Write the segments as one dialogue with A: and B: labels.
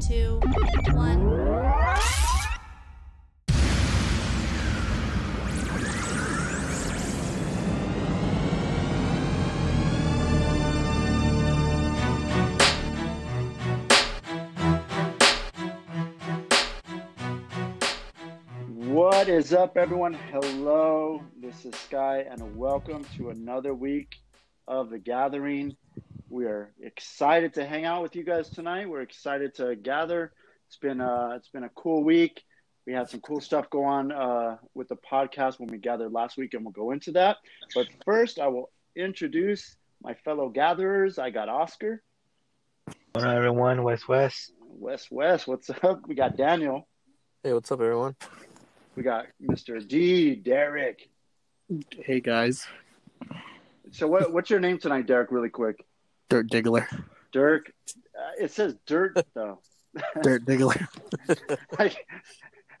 A: two, one.
B: What is up, everyone? Hello, this is Sky, and welcome to another week of The Gathering. We are excited to hang out with you guys tonight. We're excited to gather. It's been uh, it's been a cool week. We had some cool stuff go on uh, with the podcast when we gathered last week, and we'll go into that. But first, I will introduce my fellow gatherers. I got Oscar,
C: What's going on, everyone? West West.
B: Wes, Wes, what's up? We got Daniel,
D: Hey, what's up, everyone?
B: we got Mr. D, Derek,
E: Hey guys,
B: So what, what's your name tonight, Derek? Really quick,
E: Dirt Diggler,
B: Dirk. Uh, it says dirt though.
E: Dirt Diggler.
B: I,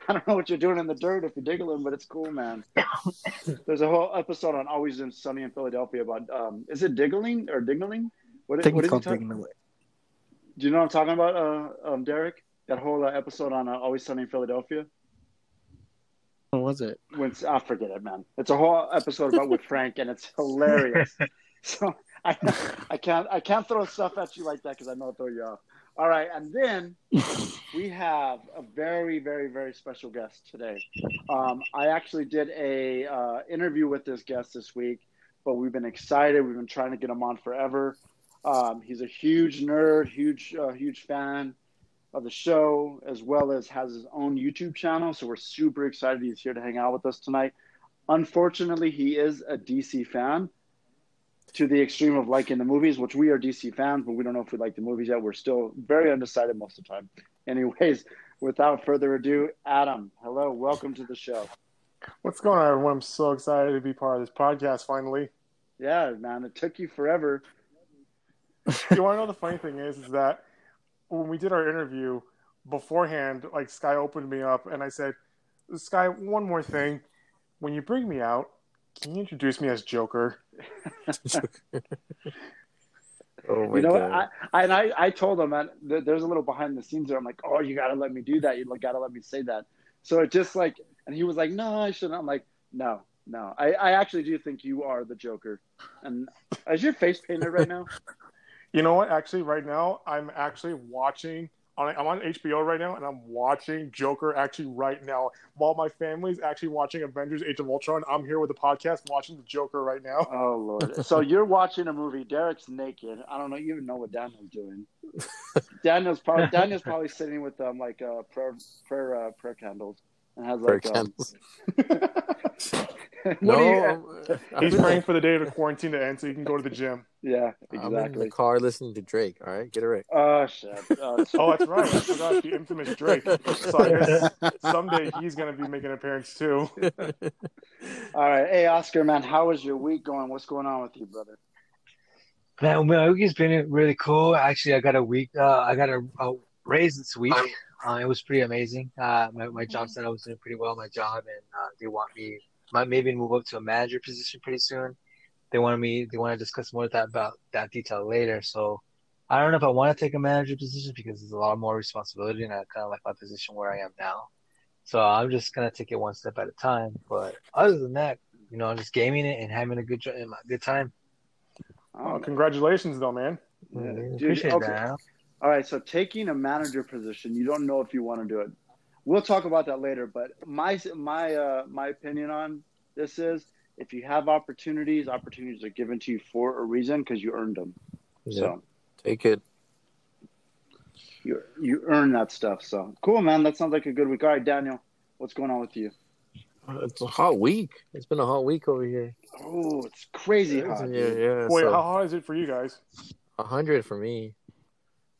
B: I don't know what you're doing in the dirt if you're diggling, but it's cool, man. There's a whole episode on Always in Sunny in Philadelphia about um, is it diggling or dignaling? What,
E: I
B: is-
E: think
B: what is
E: it's
B: he
E: called
B: talk-
E: Diggler.
B: Do you know what I'm talking about, uh, um, Derek? That whole uh, episode on uh, Always Sunny in Philadelphia.
E: What was it?
B: when I forget it, man. It's a whole episode about with Frank, and it's hilarious. so I, I can't I can't throw stuff at you like that because I know it'll throw you off. All right, and then we have a very very very special guest today. Um, I actually did a uh, interview with this guest this week, but we've been excited. We've been trying to get him on forever. Um, he's a huge nerd, huge uh, huge fan of the show, as well as has his own YouTube channel. So we're super excited he's here to hang out with us tonight. Unfortunately, he is a DC fan to the extreme of liking the movies, which we are DC fans, but we don't know if we like the movies yet. We're still very undecided most of the time. Anyways, without further ado, Adam, hello, welcome to the show.
F: What's going on, everyone? I'm so excited to be part of this podcast finally.
B: Yeah, man, it took you forever.
F: you want to know the funny thing is, is that when we did our interview beforehand, like Sky opened me up and I said, Sky, one more thing. When you bring me out, can you introduce me as Joker?
D: Oh
B: you know, I, I, and I, I told him that th- there's a little behind the scenes there. I'm like, oh, you gotta let me do that. You gotta let me say that. So it just like, and he was like, no, I shouldn't. I'm like, no, no. I, I actually do think you are the Joker. And is your face painted right now?
F: You know what? Actually, right now, I'm actually watching. On, I'm on HBO right now, and I'm watching Joker actually right now. While my family's actually watching Avengers: Age of Ultron, I'm here with the podcast watching the Joker right now.
B: Oh lord. So you're watching a movie. Derek's naked. I don't know. You even know what Daniel's doing. Daniel's probably Daniel's probably sitting with um like uh prayer prayer uh, prayer candles and has like um, what
D: no,
B: do you-
D: I'm- I'm,
F: He's
D: in the-
F: praying for the day of the quarantine to end so he can go to the gym.
B: yeah
D: I'm in the
B: exactly.
D: car listening to Drake. All right, get it right.
B: Oh shit. Oh,
F: Oh, that's right. I forgot the infamous Drake. So I guess someday he's going to be making an appearance too.
B: All right. Hey, Oscar, man, how is your week going? What's going on with you, brother?
C: Man, my week has been really cool. Actually, I got a week. Uh, I got a, a raise this week. Uh, it was pretty amazing. Uh, my, my job said I was doing pretty well at my job, and uh, they want me might maybe move up to a manager position pretty soon. They wanted me. They want to discuss more of that about that detail later. So I don't know if I want to take a manager position because there's a lot more responsibility, and I kind of like my position where I am now. So I'm just gonna take it one step at a time. But other than that, you know, I'm just gaming it and having a good jo- and a good time.
F: Oh, congratulations, though, man.
B: Yeah,
C: Mm,
B: dude,
C: appreciate
B: okay.
C: that.
B: All right. So, taking a manager position, you don't know if you want to do it. We'll talk about that later. But my my uh, my opinion on this is, if you have opportunities, opportunities are given to you for a reason because you earned them. So
D: Take it.
B: you you earn that stuff. So cool, man. That sounds like a good week. All right, Daniel, what's going on with you?
D: It's a hot week. It's been a hot week over here.
B: Oh, it's crazy
D: Yeah,
B: hot. dude.
D: yeah.
F: Wait,
D: so
F: how hot is it for you guys?
D: hundred for me.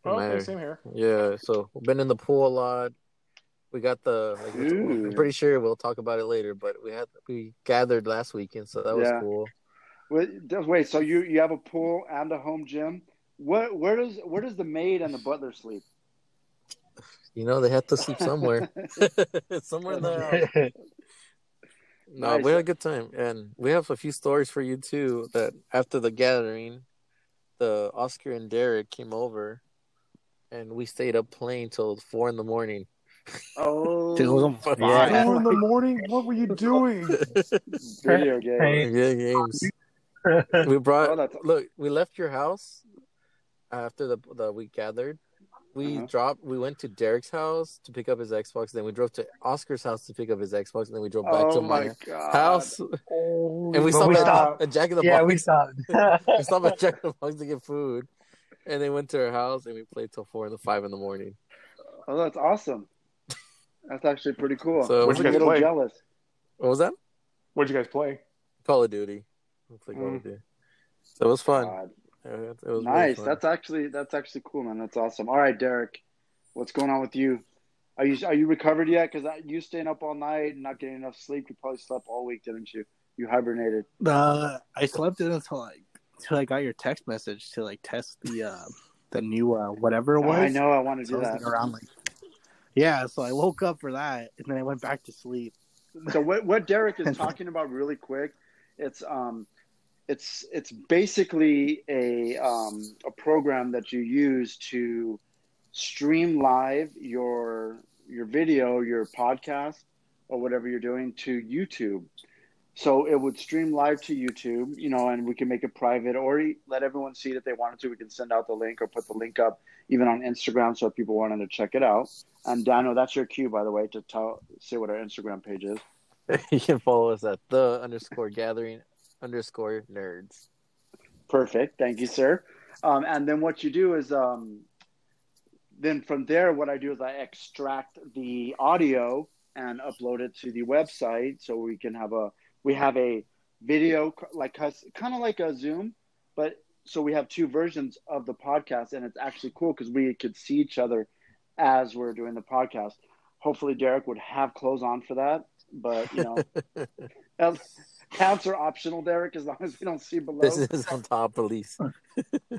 F: Oh,
D: Matter.
F: okay, same here.
D: Yeah. So we've been in the pool a lot. We got the. Like,
B: Ooh.
D: I'm pretty sure we'll talk about it later, but we had we gathered last weekend, so that was
B: Yeah.
D: cool.
B: Wait, just wait, so you you have a pool and a home gym. Where where does where does the maid and the butler sleep?
D: You know, they had to sleep somewhere. somewhere in the house. No,
B: Nice.
D: we had a good time, and we have a few stories for you too. That after the gathering, the Oscar and Derek came over, and we stayed up playing till four in the morning.
B: Oh,
E: Dude, it was on
D: Fuck.
E: fire.
F: Four in the morning? What were you doing?
B: video game.
C: Hey.
D: Yeah, games. We
B: Oh,
D: brought
B: that's
D: look. We left your house after the the we gathered. We
B: Uh-huh.
D: dropped. We went to Derek's house to pick up his Xbox. Then we drove to Oscar's house to pick up his Xbox. And then we drove back
B: oh
D: to
B: my
D: my
B: god.
D: house. and
C: But
D: we stopped,
C: we
D: at,
C: stopped.
D: at Jack in the
C: yeah,
D: Box.
C: we stopped.
D: we stopped at Jack in the Box to get food. And they went to her house and we played till four in the five in the morning.
B: Oh, that's awesome. That's actually pretty cool.
D: So-
B: I'm
D: What'd
B: a
D: you
F: guys
B: little
F: play?
B: jealous.
D: What was that?
F: What'd you guys play?
D: Call of Duty. We played Call of Duty. So it was fun.
B: God.
D: It was- it
B: Mm.
D: was really
B: nice.
D: fun.
B: That's actually that's actually cool, man. That's awesome. All right, Derek, what's going on with you? Are you are you recovered yet? Because you staying up all night and not getting enough sleep. You probably slept all week, didn't you? You hibernated.
E: Uh, I slept in until I, until I got your text message to like test the uh, the new uh, whatever it
B: Oh,
E: was.
B: I know. I want to
E: So
B: do
E: I was like,
B: that.
E: around like. Yeah, so I woke up for that, and then I went back to sleep.
B: So what what Derek is talking about really quick, it's um, it's it's basically a um, a program that you use to stream live your your video, your podcast, or whatever you're doing to YouTube. So it would stream live to YouTube, you know, and we can make it private or e- let everyone see it if they wanted to. We can send out the link or put the link up even on Instagram so if people wanted to check it out. And Dano, that's your cue, by the way, to tell say what our Instagram page is.
D: you can follow us at the underscore gathering underscore nerds.
B: Perfect. Thank you, sir. Um, and then what you do is, um, then from there, what I do is I extract the audio and upload it to the website so we can have a we have a video like kind of like a Zoom, but so we have two versions of the podcast, and it's actually cool because we could see each other as we're doing the podcast. Hopefully, Derek would have clothes on for that, but you know, that's- pants are optional, Derek, as long as we don't see below
D: This is on top police.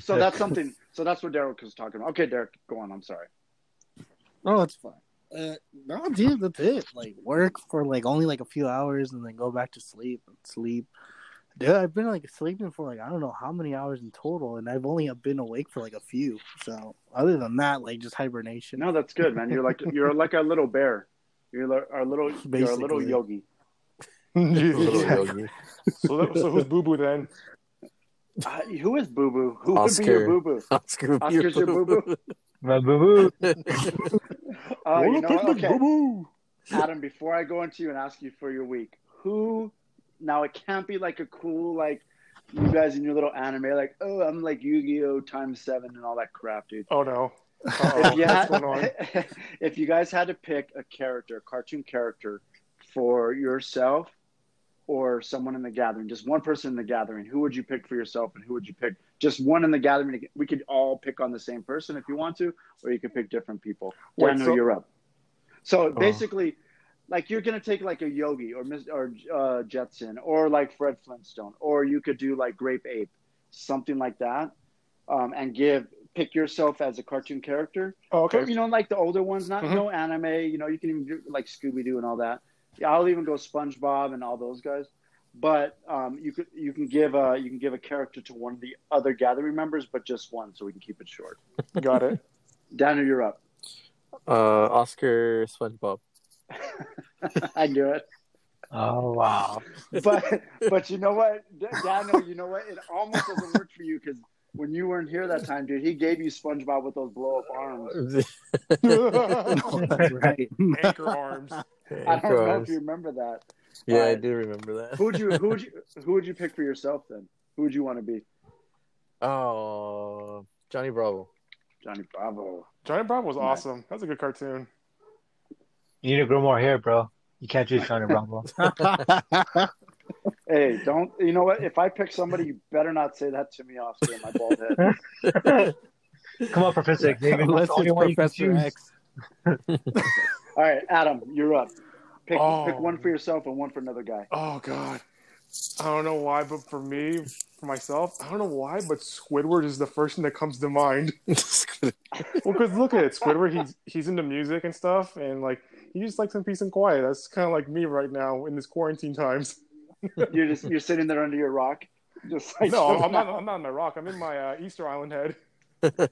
B: so that's something. So that's what Derek was talking about. Okay, Derek, go on. I'm sorry.
E: No, Oh, it's fine. Uh, no, dude, that's it. Like work for like only like a few hours, and then go back to sleep. and Sleep, dude. I've been like sleeping for like I don't know how many hours in total, and I've only been awake for like a few. So other than that, like just hibernation.
B: No, that's good, man. You're like you're like our little bear. You're like our little you're a little
E: Basically.
B: yogi.
D: Little
F: so,
D: yogi.
F: that, so who's Boo Boo then?
B: Uh, who is Boo Boo? Who would be your
D: Oscar.
B: Boo Boo?
D: Oscar,
B: Oscar's your boo boo.
C: My boo boo.
B: Uh, you know what? Okay,
F: Boo Boo!
B: Adam. Before I go into you and ask you for your week, who? Now it can't be like a cool like you guys in your little anime like oh I'm like Yu Gi Oh times seven and all that crap, dude.
F: Oh no.
B: if
F: Uh-oh.
B: you
F: What's
B: had,
F: going on?
B: if you guys had to pick a character, cartoon character, for yourself or someone in the gathering, just one person in the gathering, who would you pick for yourself, and who would you pick? Just one in the gathering. We could all pick on the same person if you want to, or you could pick different people.
F: Wait,
B: Daniel,
F: so- Oh.
B: you're up. So basically, like you're gonna take like a Yogi or Mis- or uh, Jetson or like Fred Flintstone, or you could do like Grape Ape, something like that, um, and give pick yourself as a cartoon character
F: Oh,
B: Okay,
F: okay.
B: you know, like the older ones, not
F: Mhm.
B: no anime. You know, you can even do like Scooby Doo and all that. Yeah, I'll even go SpongeBob and all those guys. But um, you could you can give a you can give a character to one of the other gathering members, but just one, so we can keep it short.
F: Got it.
B: Daniel, you're up.
D: Uh, Oscar SpongeBob.
B: I knew it.
C: Oh wow.
B: But but you know what, D- Daniel, you know what? It almost doesn't work for you because when you weren't here that time, dude, he gave you SpongeBob with those blow up arms.
E: No, that's right.
F: Anchor arms.
B: I don't know if you remember that.
D: yeah, I
B: uh,
D: do remember that.
B: Who'd you who'd you who would you pick for yourself then? Who would you want to be?
D: Oh, Johnny Bravo.
B: Johnny Bravo.
F: Johnny Bravo was awesome. That's a good cartoon.
C: You need to grow more hair, bro. You can't just Johnny Bravo.
B: Hey, don't you know what? If I pick somebody, you better not say that to me, Oscar, my bald head.
C: Come on, Professor Xavier. That's
E: Unless
C: the only
E: it's
C: one you can
E: Professor
C: choose.
E: X.
B: All right, Adam, you're up. Pick
F: Oh.
B: pick one for yourself and one for another guy.
F: Oh god. I don't know why, but for me, for myself, I don't know why, but Squidward is the first thing that comes to mind. Well, because look at it, Squidward. He's he's into music and stuff, and like he just likes some peace and quiet. That's kind of like me right now in this quarantine times.
B: You're just you're sitting there under your rock, just like
F: No, I'm not. I'm not in my rock. I'm in my uh, Easter Island head.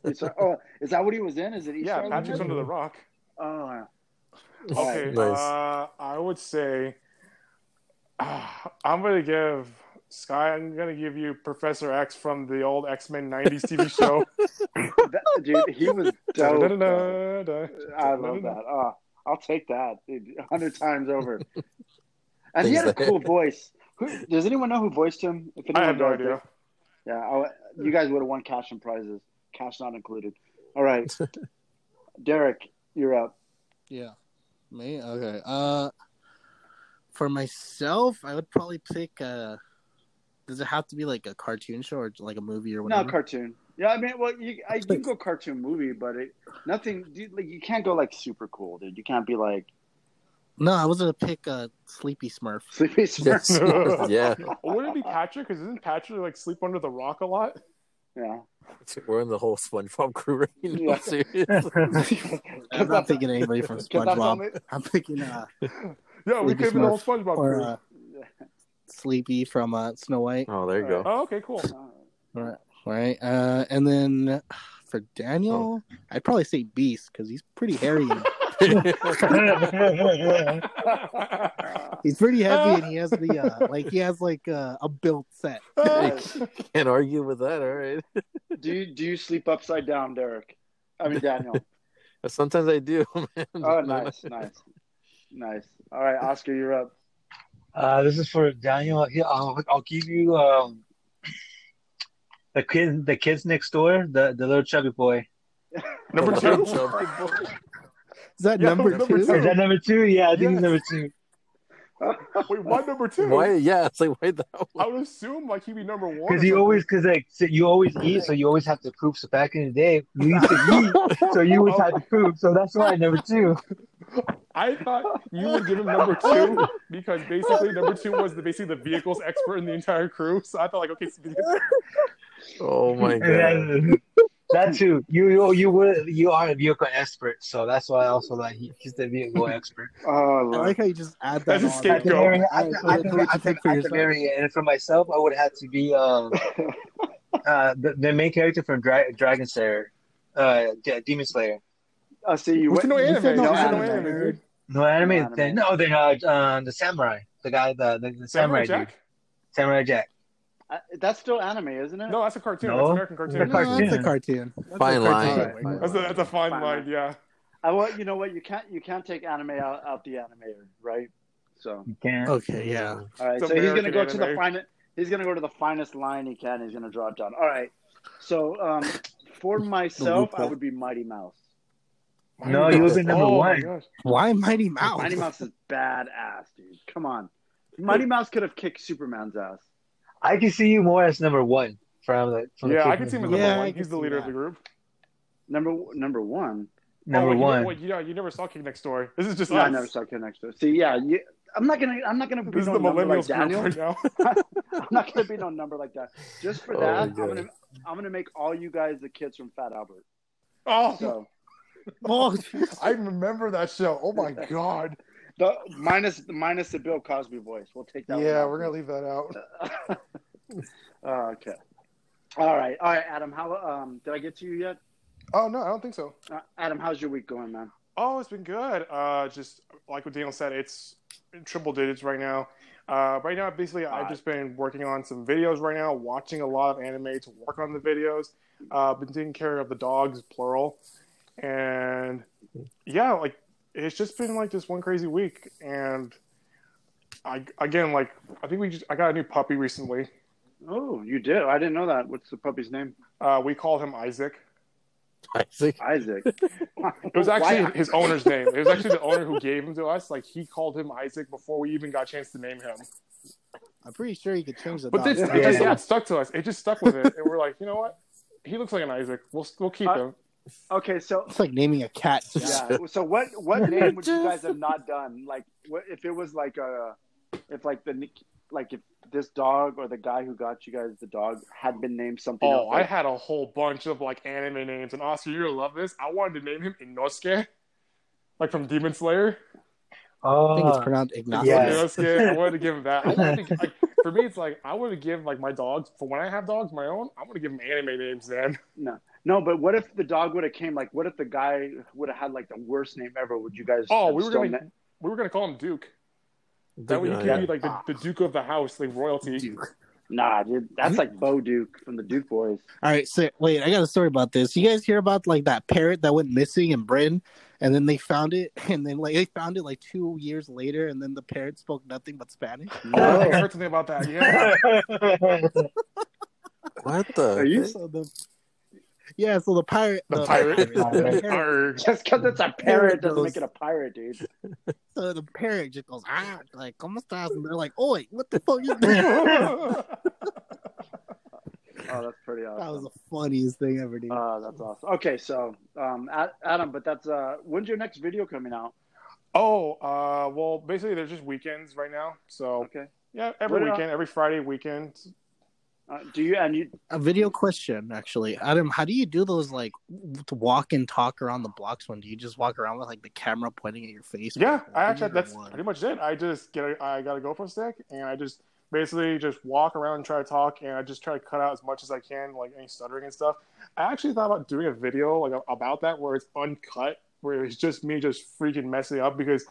B: It's like, oh, is that what he was in? Is it? East
F: yeah,
B: Side
F: Patrick's
B: Limited?
F: under the rock.
B: Oh,
F: Okay,
D: Nice.
F: uh, I would say uh, I'm gonna give Sky. I'm gonna give you Professor X from the old X Men '90s TV show.
B: that, dude, he was dope. though.
F: Da-da-da-da-da.
B: I love that. Oh, I'll take that a hundred times over. And he
D: He's
B: had a
D: like-
B: cool voice. Who, does anyone know who voiced him? If
F: I
B: anyone
F: have no
B: does,
F: idea.
B: Yeah, I'll, you guys would have won cash and prizes, cash not included. All right, Derek, you're up.
E: Yeah. Me? Okay. Uh for myself, I would probably pick uh does it have to be like a cartoon show or like a movie or whatever?
B: No cartoon. Yeah, I mean, well, you I, you can go cartoon movie, but it nothing. Dude, like, you can't go like super cool, dude. You can't be like
E: no, I was gonna pick uh Sleepy Smurf.
B: Sleepy Smurf.
D: Yes. yeah,
F: Would it be Patrick? Because isn't Patrick like sleep under the rock a lot?
B: Yeah,
D: we're in the whole SpongeBob crew right
B: Yeah.
D: now. Seriously.
E: I'm not picking anybody from
B: 'Cause that's
E: SpongeBob.
B: only-
E: I'm picking uh
F: Yeah, we
E: Would be
F: could be the whole SpongeBob
E: or
F: crew.
E: uh, Sleepy from uh Snow White.
D: Oh, there you go.
F: oh, okay, cool.
E: Right. Uh and then for Daniel,
F: Oh.
E: I'd probably say Beast because he's pretty hairy. and-
B: Uh,
E: he's pretty heavy and he has the uh like he has like uh, a built set.
D: Can't argue with that. All right.
B: do you do you sleep upside down, Derek? I mean Daniel.
D: Sometimes I do. Man.
B: Oh, nice, nice, nice. All right, Oscar, you're up.
C: Uh, this is for Daniel. Yeah, I'll, I'll give you um, the kid, the kids next door, the the little chubby boy.
F: Number two.
E: Is that
F: Yeah,
E: number,
F: number
E: two?
C: Is that number two? Yeah, I think
F: Yes.
C: it's number two.
F: Wait, why number two?
D: Why? Yeah, it's like why that
F: I
D: one?
F: would assume like he'd be number one. or
C: Because you
F: something.
C: always, because like so you always eat, so you always have to poop. So back in the day, you used to eat, so you always had to poop. So that's why number two.
F: I thought you would give him number two because basically number two was the basically the vehicles expert in the entire crew. So I thought like okay, so
D: Oh my
C: And
D: god.
C: then, that too. You you you were you are a vehicle expert, so that's why I also like he, he's the vehicle expert.
B: Oh,
E: I
B: Lord.
E: like how you just add that.
F: That's a
E: on.
C: At the
F: scapegoat. Go.
C: very-
E: I
C: at
E: don't
C: the-
E: know
C: at the-
E: what you
C: at
E: pick
C: the-
E: for
C: at the
E: yourself.
C: very end, and for myself, I would have to be um, uh, the, the main character from Dra- Dragon Slayer, uh, D- Demon Slayer.
B: I see you.
F: we should know
E: You
F: anime.
E: said no
F: we should know
B: anime.
F: anime, dude.
C: No anime.
B: Not
C: thing.
B: anime.
C: No, they uh, uh, the samurai, the guy, the the, the samurai,
F: Samurai Jack?
C: dude, Samurai Jack.
B: Uh, that's still anime, isn't it?
F: No, that's a cartoon.
C: No.
F: That's an American cartoon.
C: No.
E: No, that's a cartoon. That's
D: Fine
E: a
D: line.
E: cartoon.
B: Fine
F: That's a, that's a fine
B: Fine
F: line,
B: line.
F: yeah.
B: I want you know what you can't you can't take anime out, out the animator, right? So
C: You can't.
E: Okay, yeah.
B: all right,
F: It's
B: so he's gonna
F: American
B: go to the
F: anime.
B: finest. He's gonna go to the finest line he can. He's gonna draw it down. All right. So um, for myself, I would be Mighty Mouse.
C: No, you would be number
F: Oh my
C: one.
F: gosh.
E: Why Mighty Mouse?
B: Mighty Mouse is badass, dude. Come on, Mighty Mouse could have kicked Superman's ass.
C: I can see you more as number one from the from the
F: Yeah, I
C: kid
F: can see him as
C: movie.
F: number
E: Yeah, I
F: one.
E: can
F: He's the
E: see
F: leader of
E: that.
F: the group.
B: Number number one.
C: number
F: oh, wait,
C: one.
F: You, wait, you, know, you never saw King Next Door. This is just
B: No,
F: us.
B: I never saw Kid Next Door. See, yeah, you, I'm not gonna I'm not gonna be
F: This is
B: no
F: the
B: number like
F: millennials
B: Daniel.
F: group right now.
B: I'm not gonna be no number like that. Just for
D: Oh,
B: that, I'm
D: yeah.
B: gonna I'm gonna make all you guys the kids from Fat Albert.
F: Oh,
B: So
E: Oh,
F: I remember that show. Oh my god.
B: the minus minus the Bill Cosby voice. We'll take that.
F: Yeah, we're gonna leave that out.
B: gonna. Uh, okay. All right, all right, Adam. How um did I get to you yet?
F: Oh no, I don't think so.
B: Uh, Adam, how's your week going, man?
F: Oh, it's been good. Uh, just like what Daniel said, it's in triple digits right now. Uh, right now, basically, I've
B: Hot.
F: just been working on some videos right now, watching a lot of anime to work on the videos. Uh, been taking care of the dogs, plural, and yeah, like it's just been like this one crazy week. And I again, like I think we just I got a new puppy recently.
B: Oh, you did. I didn't know that. What's the puppy's name?
F: Uh, we called him Isaac.
D: Isaac.
B: Isaac.
F: It was actually his owner's name. It was actually the owner who gave him to us. Like he called him Isaac before we even got a chance to name him.
E: I'm pretty sure you could change the.
F: But this,
E: dog.
F: it just, yeah, it stuck to us. It just stuck with it, and we're like, you know what? He looks like an Isaac. We'll we'll keep
B: Uh,
F: him.
B: okay. So
E: It's like naming a cat. Jack.
B: yeah. So what what name would you guys have not done? Like what, if it was like a if like the like if this dog or the guy who got you guys the dog had been named something
F: Oh,
B: else.
F: I
B: like-
F: had a whole bunch of like anime names, and Oscar, you're gonna love this. I wanted to name him Inosuke, like from Demon Slayer.
E: I think it's
C: Oh,
E: pronounced Ignacio.
C: Yeah.
F: Inosuke. I wanted to give him that. I wanted to, like, for me, it's like I want to give like my dogs. For when I have dogs of my own, I want to give them anime names. Then
B: no. No, but what if the dog would have came? Like, what if the guy would have had like the worst name ever? Would you guys?
F: Oh,
B: have
F: we were
B: still
F: gonna
B: met-
F: we were gonna call him Duke. That way he could be like the, the Duke of the house, like royalty.
B: Nah, dude, that's like Bo Duke from the Duke Boys.
E: All right, so wait, I got a story about this. You guys hear about like that parrot that went missing in Britain, and then they found it, and then like they found it like two years later, and then the parrot spoke nothing but Spanish.
F: Oh, I think I heard something about that. Yeah,
D: What the?
B: Are you-
D: heck?
E: So the yeah, so the pirate,
F: the pirate.
E: the parrot,
F: Arg.
B: Just because it's a
E: There
B: parrot
E: it
B: doesn't
E: goes.
B: make it a pirate, dude.
E: so the parrot just goes ah, like ¿Cómo estás? And they're like, "Oi, what the fuck is that?"
B: Oh, that's pretty awesome.
E: that was the funniest thing ever, dude.
B: Uh, that's awesome. Okay, so um, A- Adam, but that's uh, when's your next video coming out?
F: oh, uh, well, basically they're just weekends right now. So
B: Okay.
F: yeah, every
B: What, uh,
F: weekend, every Friday weekend.
B: Uh, do you and you?
E: a video question, actually, Adam. How do you do those like w- to walk and talk around the blocks? When do you just walk around with like the camera pointing at your face?
F: Yeah,
E: Or
F: I actually
E: either
F: that's
E: one?
F: pretty much it. I just get a, I got a GoPro stick and I just basically just walk around and try to talk and I just try to cut out as much as I can, like any stuttering and stuff. I actually thought about doing a video like about that where it's uncut, where it's just me just freaking messing up because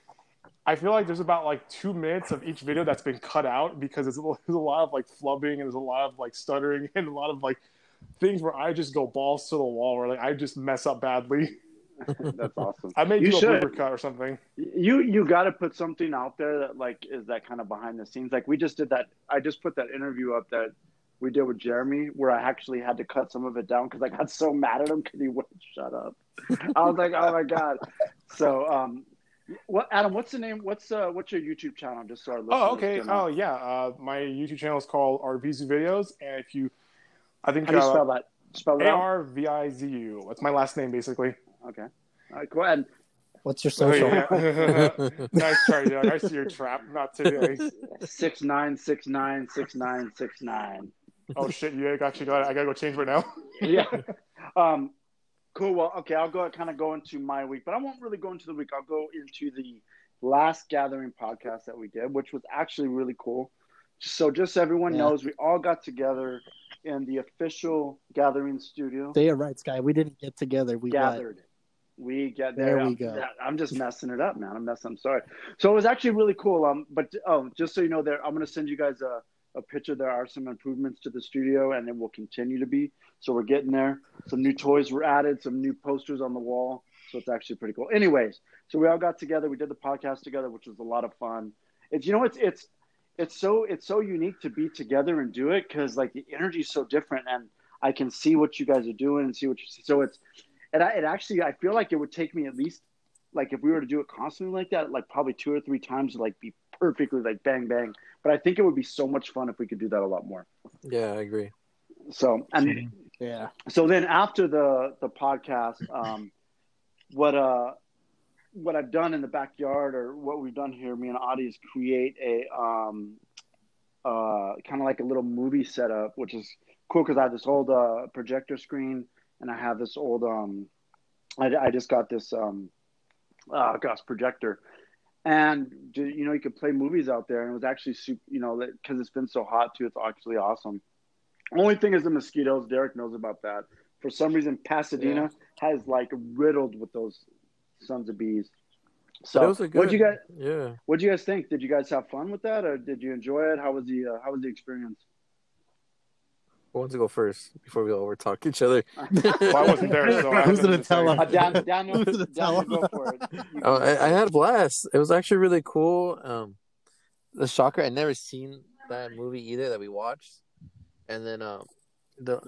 F: I feel like there's about like two minutes of each video that's been cut out because it's, there's a lot of like flubbing and there's a lot of like stuttering and a lot of like things where I just go balls to the wall where like I just mess up badly.
B: That's awesome.
F: I may
B: You
F: do a
B: should.
F: blooper cut or something.
B: You you got to put something out there that like is that kind of behind the scenes. Like we just did that. I just put that interview up that we did with Jeremy, where I actually had to cut some of it down because I got so mad at him because he wouldn't shut up. I was like, oh my god. So um, what Adam? What's the name? What's uh what's your YouTube channel? Just so our listeners
F: Oh, okay.
B: can, uh,
F: Oh, yeah. Uh, my YouTube channel is called RVZ Videos, and if you, I think uh,
B: how do you spell that? Spell it
F: A
B: out.
F: R V I Z U. That's my last name, basically.
B: Okay. All right, go ahead.
E: What's your
F: So,
E: social?
F: yeah. nice try, Doug. I see your trap. Not today.
B: Six nine six nine six nine six nine.
F: Oh shit! You actually got. it. I gotta go change right now.
B: Yeah. um, cool. Well, okay. I'll go kind of go into my week, but I won't really go into the week. I'll go into the last gathering podcast that we did, which was actually really cool. So just so everyone
E: Yeah.
B: knows, we all got together in the official gathering studio.
E: Day of Rights guy. We didn't get together. We got
B: gathered. We get
E: There
B: there.
E: we
B: I'm,
E: go.
B: I'm just messing it up, man. I'm messing. I'm sorry. So it was actually really cool. Um, but oh, just so you know, there I'm gonna send you guys a a picture. There are some improvements to the studio, and it will continue to be. So we're getting there. Some new toys were added. Some new posters on the wall. So it's actually pretty cool. Anyways, so we all got together. We did the podcast together, which was a lot of fun. It's you know it's it's it's so it's so unique to be together and do it because like the energy is so different, and I can see what you guys are doing and see what you see. So it's and I, it actually I feel like it would take me at least like if we were to do it constantly like that, like probably two or three times to like be perfectly like bang bang. But I think it would be so much fun if we could do that a lot more.
D: Yeah, I agree.
B: So and
E: yeah.
B: so then after the the podcast um what uh what i've done in the backyard or what we've done here me and Adi is create a um uh kind of like a little movie setup which is cool because i have this old uh projector screen and i have this old um i, I just got this um uh gosh projector and do- you know you could play movies out there and it was actually super you know because it's been so hot too it's actually awesome only thing is the mosquitoes. Derek knows about that. For some reason, Pasadena has like riddled with those sons of bees.
D: But it
B: So,
D: was a good.
B: what'd you guys
D: Yeah,
B: what'd you guys think? Did you guys have fun with that, or did you enjoy it? How was the uh, how was the experience?
D: who wants to go first before we all over talk each other?
F: Well, I wasn't there, so I
E: Who's gonna
F: have nothing to
E: tell
F: say.
E: him?
B: Uh, Dan, Daniel,
E: Who's gonna
B: Daniel,
E: tell
B: go for it. You-
D: Oh, I, I had a blast. It was actually really cool. Um, the shocker, I never seen that movie either that we watched, and then um, the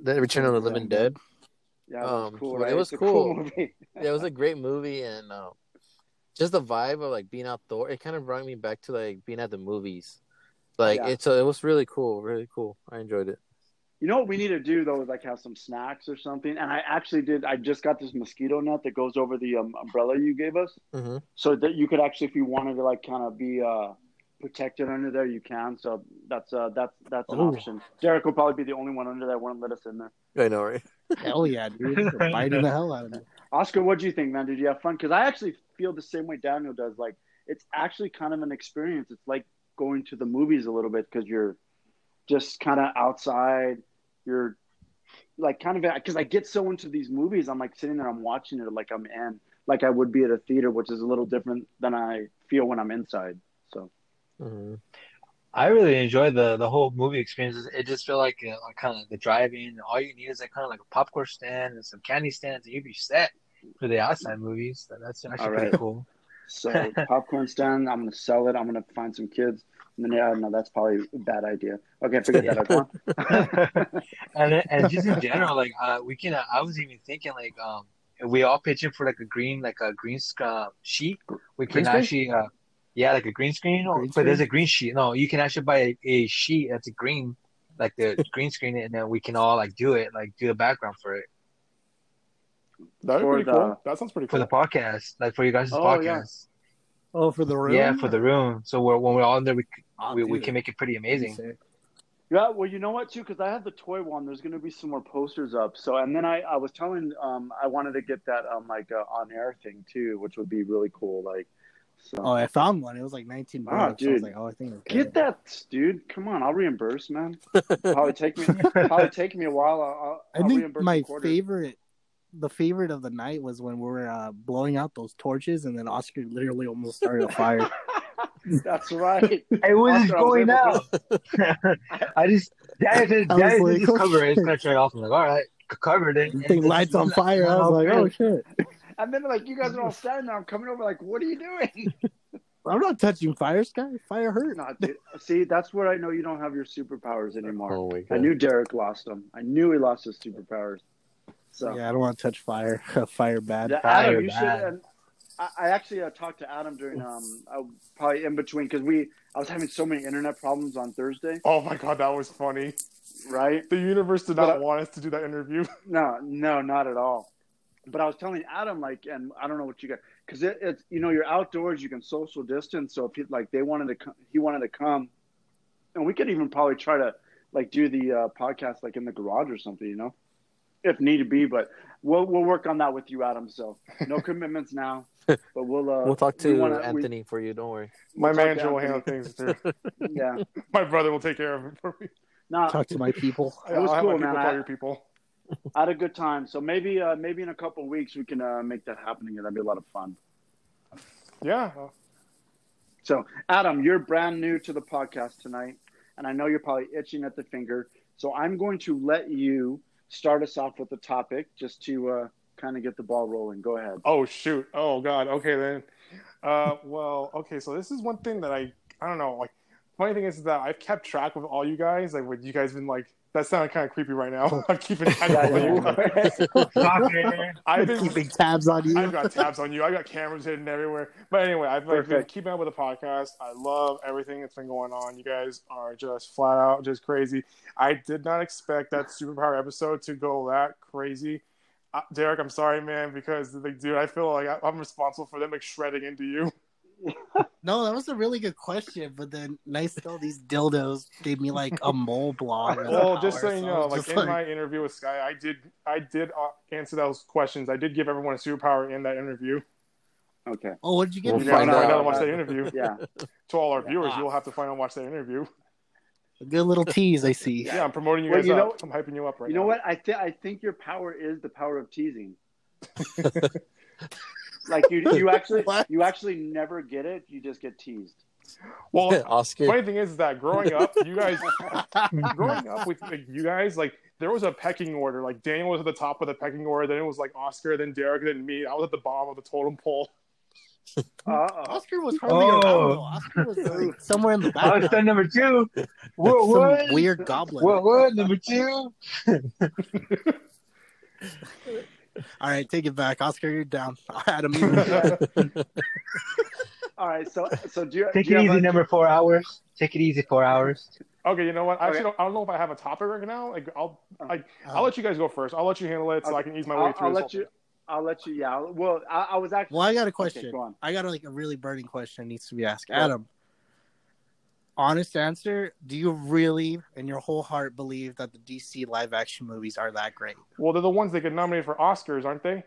D: the Return of the Living Dead.
B: yeah, it was
D: Um,
B: cool.
D: but it
B: Right?
D: was
B: It's a
D: cool.
B: movie.
D: Yeah, it was a great movie, and um, just the vibe of like being outdoor. It kind of brought me back to like being at the movies. Like
B: Yeah.
D: it's uh, it was really cool, really cool. I enjoyed it.
B: You know what we need to do though is like have some snacks or something. And I actually did. I just got this mosquito net that goes over the um, umbrella you gave us.
D: hmm
B: so that you could actually if you wanted to like kind of be uh protected under there you can so that's uh that's that's an
E: Oh.
B: option derek will probably be the only one under that wouldn't let us in there
D: I know, right?
E: Hell yeah, dude! You're biting the hell out of me.
B: oscar what do you think man did you have fun because i actually feel the same way daniel does like it's actually kind of an experience it's like going to the movies a little bit because you're just kind of outside you're like kind of because I get so into these movies. I'm like sitting there, I'm watching it like I'm in, like I would be at a theater, which is a little different than I feel when I'm inside. So
D: Mhm.
C: I really enjoyed the the whole movie experience. It just felt like, you know, like kind of the drive-in. All you need is like kind of like a popcorn stand and some candy stands, and you'd be set for the outside movies. So that's actually
B: All
C: pretty
B: right.
C: cool.
B: so popcorn stand. I'm gonna sell it. I'm gonna find some kids. And then yeah, no, that's probably a bad idea. Okay, forget that. Go on.
C: and and just in general, like uh, we can. I was even thinking like um, if we all pitch in for like a green like a green sc- uh, sheet. We can
E: Green screen?
C: actually, uh, yeah, like a green screen. Or,
E: Green
C: but there's a green sheet. No, you can actually buy a, a sheet that's a green, like the green screen, and then we can all like do it, like do a background for it
F: That'd be
B: For
F: pretty
B: the-
F: cool. That sounds pretty
C: for
F: cool.
C: the podcast, like for you guys'
B: Oh,
C: podcast.
E: Oh, for the room.
C: Yeah, for the room. So we're, when we're all in there, we c-
E: I'll
C: we,
E: do
C: we
E: it.
C: can make it pretty amazing.
B: Yeah, well, you know what, too, because I have the toy one. There's going to be some more posters up. So, and then I, I was telling, um, I wanted to get that um, like uh, on air thing too, which would be really cool. Like, so
E: Oh, I found one. It was like 19 bucks.
B: Ah,
E: I
B: dude.
E: was like, oh, I think I'll
B: get that, dude. Come on, I'll reimburse, man. Probably take me, probably take me a while. I'll,
E: I
B: I'll
E: think
B: reimburse
E: my
B: the quarter.
E: favorite, the favorite of the night was when we were uh, blowing out those torches, and then Oscar literally almost started a fire.
B: That's right.
C: It wasn't
B: Oscar, I was
C: going
B: able
C: out. I just that is
E: I was
C: that
E: like,
C: is just
E: "Oh,
C: cover it. It's
E: shit."
C: gonna turn off. I'm like, all right, c- covered it.
E: The thing lights on fire. I was like, oh shit!
B: And then like you guys are all standing there. I'm coming over. Like, what are you doing?
E: I'm not touching fire, Sky. Fire hurt.
B: Not, dude. See, that's where I know you don't have your superpowers anymore.
D: Oh my god.
B: I knew Derek lost them. I knew he lost his superpowers. So.
E: Yeah, I don't want to touch fire. fire bad.
B: Yeah,
C: Fire
B: Adam, you should.
C: bad.
B: And I, I actually uh, talked to Adam during um uh, probably in between because we I was having so many internet problems on Thursday,
F: Oh my god, that was funny.
B: right?
F: The universe did
B: But
F: not
B: I-
F: want us to do that interview.
B: No, no, not at all. But I was telling Adam like, and I don't know what you got because it, it's you know you're outdoors, you can social distance. So if he, like they wanted to, come, he wanted to come, and we could even probably try to like do the uh, podcast like in the garage or something, you know, if need be. But we'll we'll work on that with you, Adam. So no commitments now, but we'll uh,
D: We'll talk
B: we
D: to
B: wanna- we-
D: Anthony for you. Don't worry.
F: My
B: We'll talk
F: manager
B: to
F: will handle
B: Anthony.
F: things. Too.
B: yeah.
F: My brother will take care of it for me.
B: No,
E: Talk to my people.
B: It was
F: I'll have
B: cool,
F: my people
B: man.
F: call
B: I-
F: your people.
B: I had a good time. So maybe uh, maybe in a couple of weeks we can uh, make that happen again. That'd be a lot of fun.
F: Yeah.
B: So Adam, you're brand new to the podcast tonight, and I know you're probably itching at the finger. So I'm going to let you start us off with the topic just to uh, kind of get the ball rolling. Go ahead.
F: Oh shoot. Oh god. Okay then. Uh, well, okay. So this is one thing that I I don't know. Like, funny thing is that I've kept track of all you guys. Like, what you guys been like. That sounded kind of creepy right now. I'm keeping track of all you guys.
C: Soccer.
F: I've been
E: Keeping tabs on you.
F: I've got tabs on you. I've got cameras hidden everywhere. But anyway, I've like, been
B: Perfect.
F: keeping up with the podcast. I love everything that's been going on. You guys are just flat out just crazy. I did not expect that superpower episode to go that crazy. Uh, Derek, I'm sorry, man, because like, dude, I feel like I, I'm responsible for them like shredding into you.
E: No, that was a really good question, but then nice though these dildos gave me like a mole blob. as a
F: Well, just so
E: power,
F: you
E: I
F: know,
E: was
F: like
E: just
F: in my interview with Sky, I did I did uh, answer those questions. I did give everyone a superpower in that interview.
B: Okay.
E: oh, what did you get?
D: We'll
F: You
E: me?
F: guys
D: find
F: gotta find
D: out.
F: out and watch that interview.
B: Yeah.
F: To all our viewers, you'll have to find out and watch that interview.
E: A good little tease, I see.
F: Yeah, I'm promoting you
B: Well,
F: guys
B: you
F: up. I'm hyping you up right
B: you
F: now.
B: know what? I think I think your power is the power of teasing. like you you actually
E: What?
B: you actually never get it. You just get teased.
F: Well,
D: Oscar.
F: funny thing is that growing up, you guys, growing up with like, you guys, like there was a pecking order. Like Daniel was at the top of the pecking order, then it was like Oscar, then Derek, then me. I was at the bottom of the totem pole.
E: Hmm.
B: Uh-oh.
E: Oscar was hardly
C: Oh.
E: around. Though. Oscar was like, somewhere in the
C: Oh, it's
E: background.
C: done number two. What? What?
E: Some weird goblin.
C: What? What? Number two.
E: All right, take it back, Oscar. You're down. Adam, you-
F: yeah,
B: All right. So so do you
C: Take
B: do you
C: it
B: have
C: easy.
B: a-
C: Number four hours. Take it easy. Four hours.
F: Okay, you know what?
B: Okay.
F: I actually don't, I don't know if I have a topic right now. Like I'll like I'll
E: Oh.
F: let you guys go first. I'll let you handle it so I can ease my way
B: I'll,
F: through.
B: I'll
F: this whole
B: let you.
F: thing.
B: I'll let you. Yeah. I'll- Well, I, I was actually.
E: well, I got a
B: Okay,
E: question.
B: go on.
E: I got like a really burning question that needs to be asked.
B: Yeah.
E: Adam, honest answer: Do you really, in your whole heart, believe that the DC live action movies are that great?
F: Well, they're the ones that get nominated for Oscars, aren't they?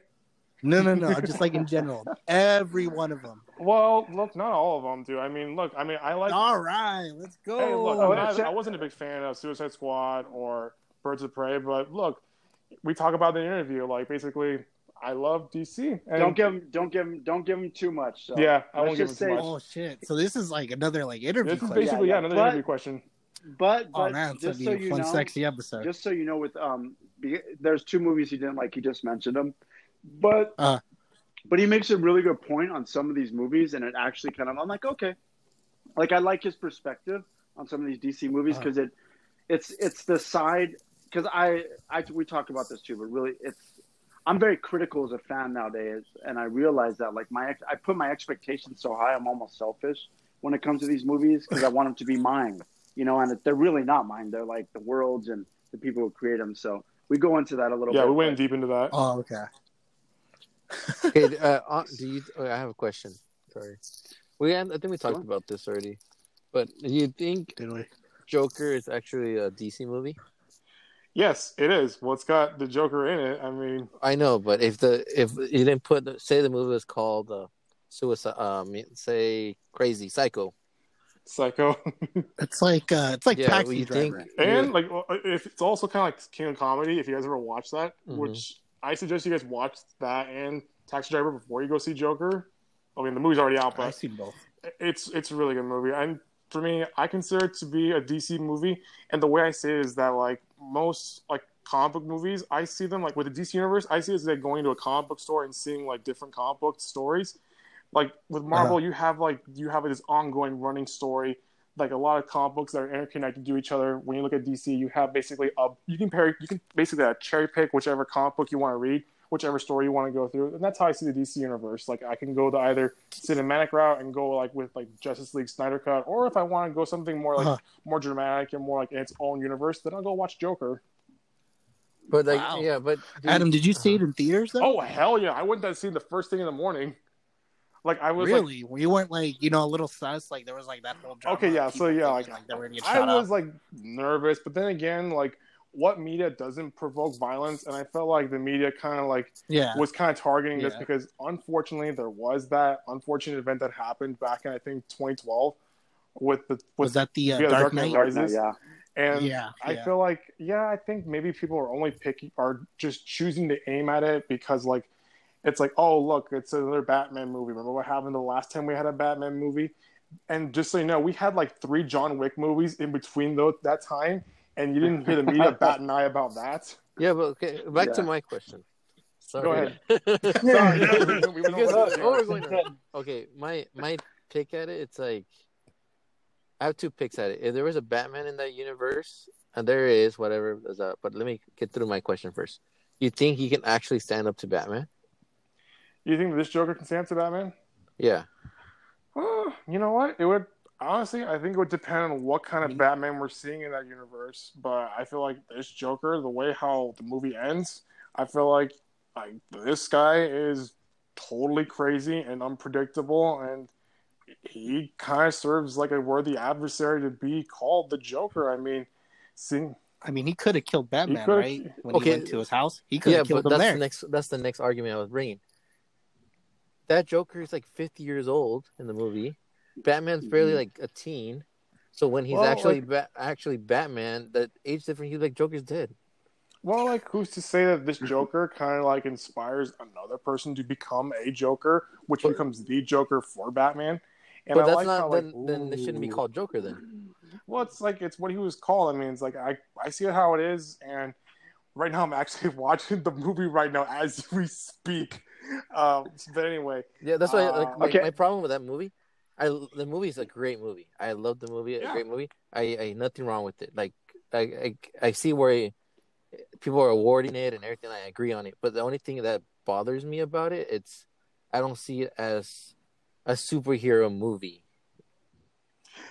E: No, no, no. Just like in general, every one of them.
F: Well, look, not all of them do. I mean, look, I mean, I like
E: All right, let's go.
B: Oh.
F: Hey, look, I'm
B: that's
F: not,
B: it.
F: I wasn't a big fan of Suicide Squad or Birds of Prey, but look, we talk about in the interview, like basically, I love DC. And
B: don't give him, don't give him, don't give him too much. So.
F: yeah, I
B: let's
F: won't give him
B: just
F: too
B: say-
F: much.
E: Oh shit! So this is like another like interview
F: This is
E: question.
F: basically yeah,
B: yeah,
F: another
B: but-
F: interview question.
B: But,
E: oh
B: but
E: man, it's gonna
B: just
E: be
B: so
E: a
B: you
E: fun,
B: know,
E: sexy episode.
B: just so you know, with um, be, there's two movies he didn't like. He just mentioned them, but
E: Uh.
B: but he makes a really good point on some of these movies, and it actually kind of I'm like okay, like I like his perspective on some of these DC movies
E: Uh.
B: because it it's it's the side because I I we talk about this too, but really it's I'm very critical as a fan nowadays, and I realize that like my ex- I put my expectations so high, I'm almost selfish when it comes to these movies because I want them to be mine, you know, and it, they're really not mine. They're like the world's and the people who create them. So we go into that a little
F: Yeah,
B: bit.
F: we went deep into that.
E: oh okay.
D: Okay, uh, uh, do you? oh, I have a question. Sorry, we I think we talked about this already, but do you think
E: Did we?
D: Joker is actually a DC movie?
F: Yes, it is. Well, it's got the Joker in it. I mean,
D: I know, but if the if you didn't put the, say the movie was called uh, Suicide, um, say Crazy Psycho,
F: Psycho,
E: It's like uh, it's like
D: yeah,
E: taxi
D: well, you
E: driver.
D: think
F: and like well, if it's also kind of like King of Comedy. If you guys ever watch that,
D: Mhm.
F: which I suggest you guys watch that and Taxi Driver before you go see Joker. I mean, the movie's already out,
E: I've
F: but
E: seen both.
F: it's it's a really good movie and for me i consider it to be a dc movie and the way i see it is that like most like comic book movies i see them like with the dc universe i see it as like going to a comic book store and seeing like different comic book stories like with marvel you have like you have this ongoing running story like a lot of comic books that are interconnected to each other when you look at dc you have basically a you can pair you can basically uh, cherry pick whichever comic book you want to read whichever story you want to go through. And that's how I see the DC universe. Like I can go the either cinematic route and go like with like Justice League Snyder cut, or if I want to go something more like
E: Uh-huh.
F: more dramatic and more like in its own universe, then I'll go watch Joker.
D: But like,
E: Wow.
D: yeah, but do
E: Adam, did you see
D: uh-huh.
E: it in theaters though?
F: Oh hell yeah! I went to that scene the first thing in the morning. Like I was
E: really? we weren't like you know a little sus. Like there was like that whole. Drama
F: Okay, yeah,
E: of
F: so,
E: people
F: yeah,
E: thinking,
F: like,
E: like they were gonna
F: like
E: get
F: I
E: shot
F: was
E: up.
F: like nervous, but then again, like what media doesn't provoke violence, and I felt like the media kind of like
E: Yeah.
F: was kind of targeting this
E: Yeah.
F: because unfortunately there was that unfortunate event that happened back in I think 2012 with the with
E: Was that the uh,
F: yeah, the
E: Dark
F: Dark
E: Knight?
F: Knight
B: Dark Knight, yeah.
F: and
E: yeah.
F: I
E: yeah.
F: feel like yeah I think maybe people are only picking are just choosing to aim at it because like it's like oh look it's another Batman movie remember what happened the last time we had a Batman movie and just so you know we had like three John Wick movies in between those that time and you didn't hear the media bat an eye about that
D: Yeah, but okay. Back to
B: Yeah. my
D: my question. Sorry.
F: Go ahead.
D: Sorry.
F: We went
D: Because,
F: over this,
D: uh, oh,
F: yeah.
D: we're going to- okay, my my pick at it, it's like I have two picks at it. If there was a Batman in that universe, and there is whatever is up, but let me get through my question first. You think he can actually stand up to Batman?
F: you think this Joker can stand up to Batman
D: Yeah.
F: Uh, you know what? It would honestly, I think it would depend on what kind of Batman we're seeing in that universe. But I feel like this Joker, the way how the movie ends, I feel like like this guy is totally crazy and unpredictable, and he kind of serves like a worthy adversary to be called the Joker. I mean, seeing
E: I mean, he could have killed Batman,
F: could've-
E: right? When
D: Okay.
E: he went to his house, he could
D: yeah,
E: have
D: but
E: killed him
D: that's
E: there.
D: the next that's the next argument I was bringing. That Joker is like 50 years old in the movie. Batman's barely
E: Mm-hmm.
B: Mhm.
D: like a teen. So when he's
F: Well,
D: actually ba- actually Batman, the age difference, he's like Joker's dead.
F: Well, like, who's to say that this Joker kind of like inspires another person to become a Joker, which
D: But-
F: becomes the Joker for Batman? And
D: But
F: I
D: that's
F: like
D: not
F: how,
D: then.
F: like,
D: then they shouldn't be
F: ooh.
D: called Joker then.
F: Well, it's like it's what he was called. I mean, it's like I I see it how it is, and right now I'm actually watching the movie right now as we speak. Um, but anyway,
D: Yeah, that's why. Like,
F: Uh,
D: my,
B: okay.
D: my problem with that movie, I the movie is a great movie. I love the movie. A
F: Yeah.
D: great movie. I, I nothing wrong with it. Like I I, I see where people are awarding it and everything. I agree on it. But the only thing that bothers me about it, it's I don't see it as a superhero movie.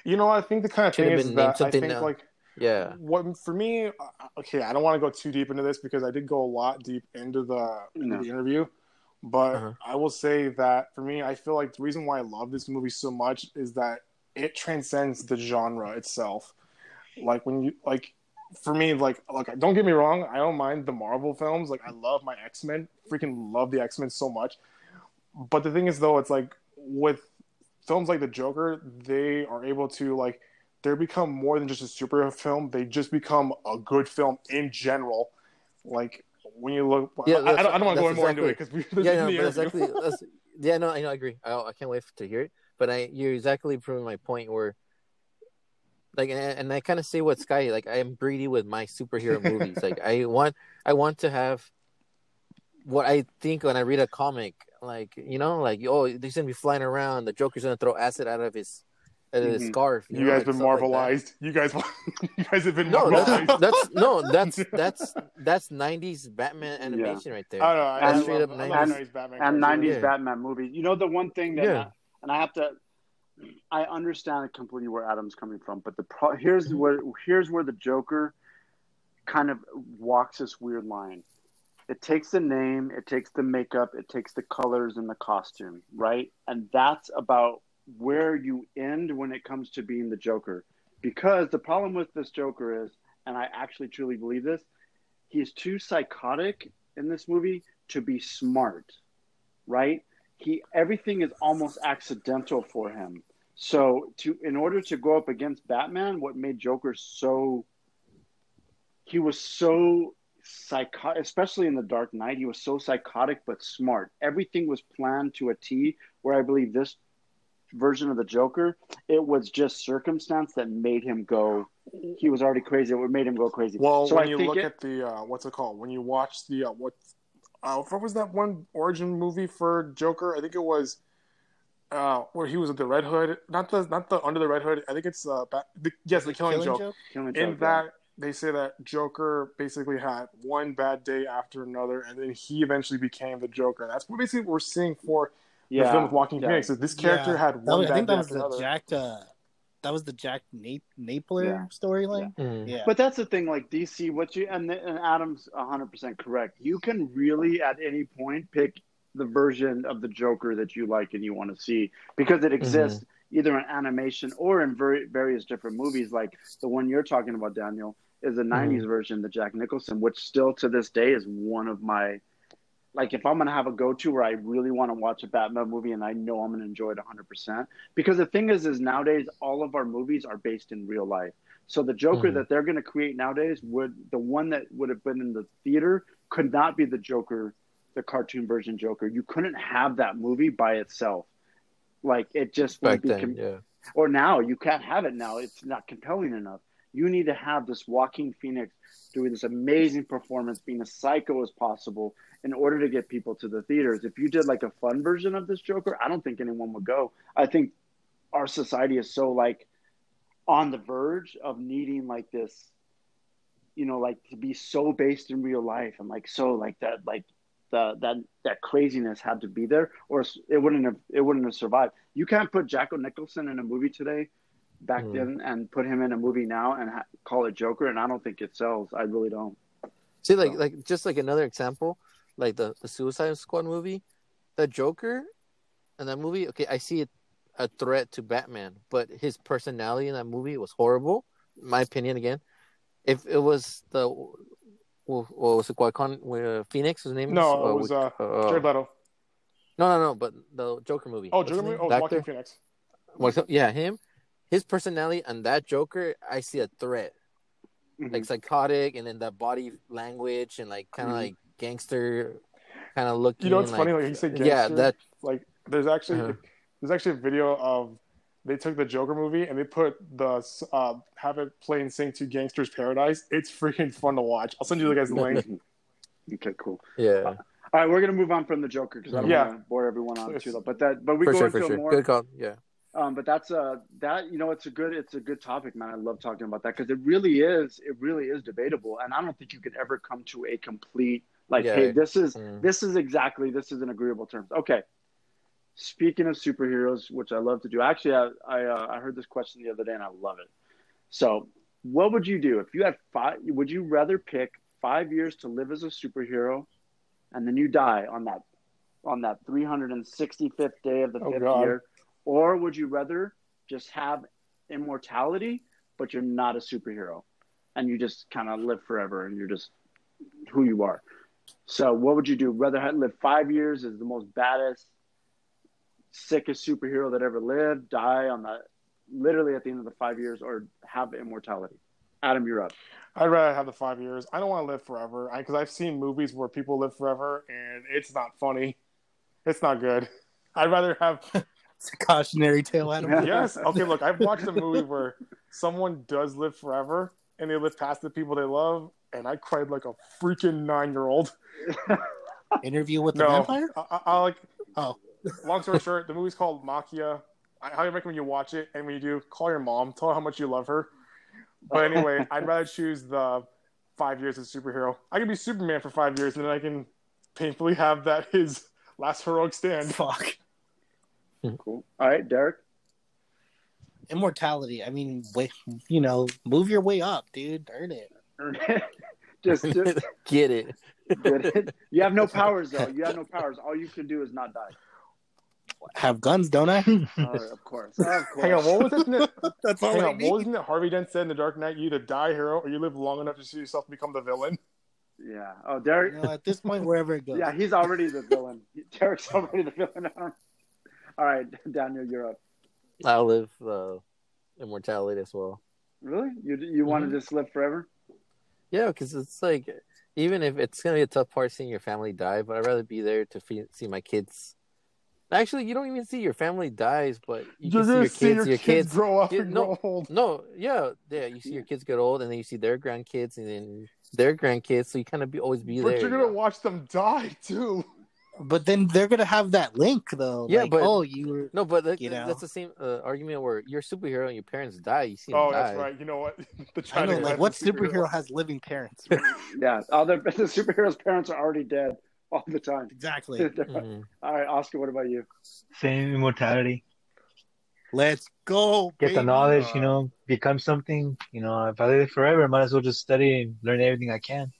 F: you know, I think the kind of
D: Should've
F: thing is
D: been named
F: that I
D: something,
F: think
D: uh,
F: like
D: Yeah.
F: what for me uh, okay i don't want to go too deep into this because i did go a lot deep into the, into
B: No.
F: the interview but
D: Uh-huh.
F: i will say that for me i feel like the reason why i love this movie so much is that it transcends the genre itself like when you like for me like like don't get me wrong i don't mind the marvel films like i love my x-men freaking love the x-men so much but the thing is though it's like with films like the joker they are able to like they become more than just a superhero film. They just become a good film in general. Like when you look,
D: Yeah,
F: I- I,
D: that's-
F: don't, I don't want to go
D: that's
F: more into it because we.
D: yeah, no,
F: in the
D: but
F: interview.
D: exactly. That's, yeah, no, I know, I agree. I, I can't wait to hear it. But I, you're exactly proving my point where, like, and, and I kind of see what Sky like. I am greedy with my superhero movies. Like, I want, I want to have what I think when I read a comic. Like, you know, like, oh, he's gonna be flying around. The Joker's gonna throw acid out of his, out of his
B: Mhm.
D: scarf.
F: Mm-hmm. You
D: know,
F: guys
D: like,
F: been
D: stuff like that.
F: marvelized. you guys, you guys have been
D: No,
F: marvelized.
D: that's, that's no, that's that's that's '90s Batman
B: Yeah.
D: animation right there.
F: I don't know. I,
B: And-
F: love, I love
B: and-
F: 90s Batman.
B: and
F: cartoons.
B: nineties
D: Yeah.
B: Batman movies. You know the one thing that,
D: Yeah.
B: and I have to, I understand completely where Adam's coming from, but the pro, here's
D: Mm-hmm.
B: where here's where the Joker kind of walks this weird line. It takes the name, it takes the makeup, it takes the colors and the costume, right? And that's about where you end when it comes to being the Joker. Because the problem with this Joker is, and I actually truly believe this, he's too psychotic in this movie to be smart, right? He everything is almost accidental for him. So to in order to go up against Batman, what made Joker so he was so psychotic, especially in the Dark Knight, he was so psychotic but smart. Everything was planned to a T. Where I believe this version of the Joker, it was just circumstance that made him go. He was already crazy. It made him go crazy.
F: Well,
B: so
F: when
B: I
F: you
B: think
F: look
B: it-
F: at the uh, what's it called? When you watch the uh, what? Uh, what was that one origin movie for Joker? I think it was uh, where he was with the Red Hood. Not the not the under the Red Hood. I think it's uh, Bat- the, yes, the Killing, Joke.
B: Killing
F: In
B: Joke, yeah.
F: that they say that Joker basically had one bad day after another, and then he eventually became the Joker. That's what basically we're seeing for the film with Walking
B: yeah.
F: Phoenix. Is this character
E: Yeah,
F: had
E: That
F: one
E: was- I
F: bad
E: think
F: day
E: that was
F: after
E: the
F: another.
E: Jack. Uh, that was the Jack Nap- Napler
B: Yeah.
E: storyline.
D: Mm.
E: Yeah.
B: But that's the thing, like DC, what you and, and Adam's 100% correct. You can really at any point pick the version of the Joker that you like and you want to see because it exists either in animation or in ver- various different movies. Like the one you're talking about, Daniel, is the 90s version, the Jack Nicholson, which still to this day is one of my. Like if I'm gonna have a go-to where I really want to watch a Batman movie and I know I'm gonna enjoy it 100, percent because the thing is, is nowadays all of our movies are based in real life. So the Joker
D: Mhm.
B: that they're going to create nowadays would the one that would have been in the theater could not be the Joker, the cartoon version Joker. You couldn't have that movie by itself. Like it just wouldn't
D: Back
B: be
D: then,
B: com-
D: yeah.
B: or now you can't have it now. It's not compelling enough. You need to have this Walking Phoenix doing this amazing performance, being as psycho as possible, in order to get people to the theaters. If you did like a fun version of this Joker, I don't think anyone would go. I think our society is so like on the verge of needing like this, you know, like to be so based in real life and like so like that like the that that craziness had to be there, or it wouldn't have it wouldn't have survived. You can't put Jacko Nicholson in a movie today, back
D: Hmm.
B: then, and put him in a movie now and ha- call it Joker, and I don't think it sells. I really don't.
D: See, like,
B: So-
D: like just like another example, like the, the Suicide Squad movie, the Joker, in that movie. Okay, I see it a threat to Batman, but his personality in that movie was horrible. My opinion again. If it was the what was it? Guacon, uh, Phoenix? His name? is?
F: No, it
D: Uh,
F: was,
D: we-
F: uh, Jared Leto.
D: no, no, no. But the Joker movie.
F: Oh,
D: What's his
F: Joker. movie?
D: name?
F: Oh,
D: The
F: Walking
D: actor?
F: Phoenix.
D: What's- yeah, him. His personality and that Joker, I see a threat. like psychotic and then that body language and like kind of
B: Mhm.
D: like gangster kind of looking.
F: You know, it's
D: like,
F: funny. Like you said,
D: yeah,
F: gangster.
D: that
F: like there's actually
D: Uh-huh.
F: there's actually a video of they took the Joker movie and they put the uh, have it play in sync to Gangster's Paradise. It's freaking fun to watch. I'll send you guys the link.
B: Mhm. okay, cool.
D: yeah,
B: All right, we're gonna move on from the Joker because I don't
F: Yeah.
B: want to bore everyone on too
F: Please.
B: though. But that, but we
D: for
B: go
D: sure,
B: into
D: for
B: a
D: sure.
B: more.
D: Good call. Yeah,
B: Um, but that's a that you know it's a good it's a good topic, man. I love talking about that because it really is it really is debatable, and I don't think you could ever come to a complete like,
D: Yeah.
B: hey, this is
D: Mm.
B: this is exactly this is in agreeable terms. Okay. Speaking of superheroes, which I love to do, actually, I I, uh, I heard this question the other day and I love it. So, what would you do if you had five? Would you rather pick five years to live as a superhero, and then you die on that on that 365th day of the
F: Oh,
B: fifth
F: God.
B: year, or would you rather just have immortality but you're not a superhero and you just kind of live forever and you're just who you are? So, what would you do? Rather ha- live five years as the most baddest, sickest superhero that ever lived, die on the literally at the end of the five years, or have immortality? Adam, you're up.
F: I'd rather have the five years. I don't want to live forever because I've seen movies where people live forever and it's not funny. It's not good. I'd rather have
E: It's a cautionary tale, Adam.
B: Yeah.
F: yes. Okay, look, I've watched a movie where someone does live forever and they live past the people they love, and I cried like a freaking nine-year-old.
E: Interview with the
F: No,
E: vampire.
F: I, I, I like.
E: Oh.
F: Long story short, the movie's called Machia. I highly recommend you watch it, and when you do, call your mom, tell her how much you love her. But anyway, I'd rather choose the five years as superhero. I could be Superman for five years, and then I can painfully have that his last heroic stand.
E: Fuck.
B: Cool. All right, Derek.
E: Immortality. I mean, wait, you know, move your way up, dude. Earn it.
B: just, just
D: Get it.
B: get it. You have no powers though. You have no powers. All you can do is not die.
E: Have guns, don't I?
B: All right, of course. Of course.
F: Hang on, what was it?
E: That's all
F: Hang
E: I
F: on,
E: need.
F: what wasn't it Harvey Dent said in The Dark Knight? You either die a hero or you live long enough to see yourself become the villain.
B: Yeah. Oh,
E: You
B: Derek.
E: know, at this point, wherever it goes.
B: Yeah, he's already the villain. Derek's already the villain. I don't- All right, Daniel, you're up.
D: I'll live uh, immortality as well.
B: Really? You you want to just live forever?
D: Yeah, because it's like, even if it's gonna be a tough part seeing your family die, but I'd rather be there to fe- see my kids. Actually, you don't even see your family dies, but you
F: You're
D: can
F: gonna
D: see your kids. Your kids.
F: grow up
D: Yeah,
F: and
D: no.
F: grow old.
D: No, yeah, yeah. You see your kids get old, and then you see their grandkids, and then their grandkids. So you kind of be always be
F: but
D: there.
F: you're
D: you
F: gonna
D: know?
F: watch them die too.
E: But then they're gonna have that link, though.
D: Yeah,
E: like,
D: but-
E: oh, you were
D: No, but that,
E: You know?
D: that's the same uh, argument where you're a superhero and your parents die. You see them
F: Oh,
D: die.
F: that's right. You know what? The
E: I
F: China
E: know,
F: guy's
E: like,
F: a
E: what superhero has living parents?
B: Yeah. All the, the superheroes' parents are already dead all the time.
E: exactly.
D: Mhm.
B: All right, Oscar. What about you?
C: Same immortality.
E: Let's go.
C: Get the
E: baby.
B: uh,
C: knowledge, you know, become something. You know, if I live forever, I might as well just study and learn everything I can.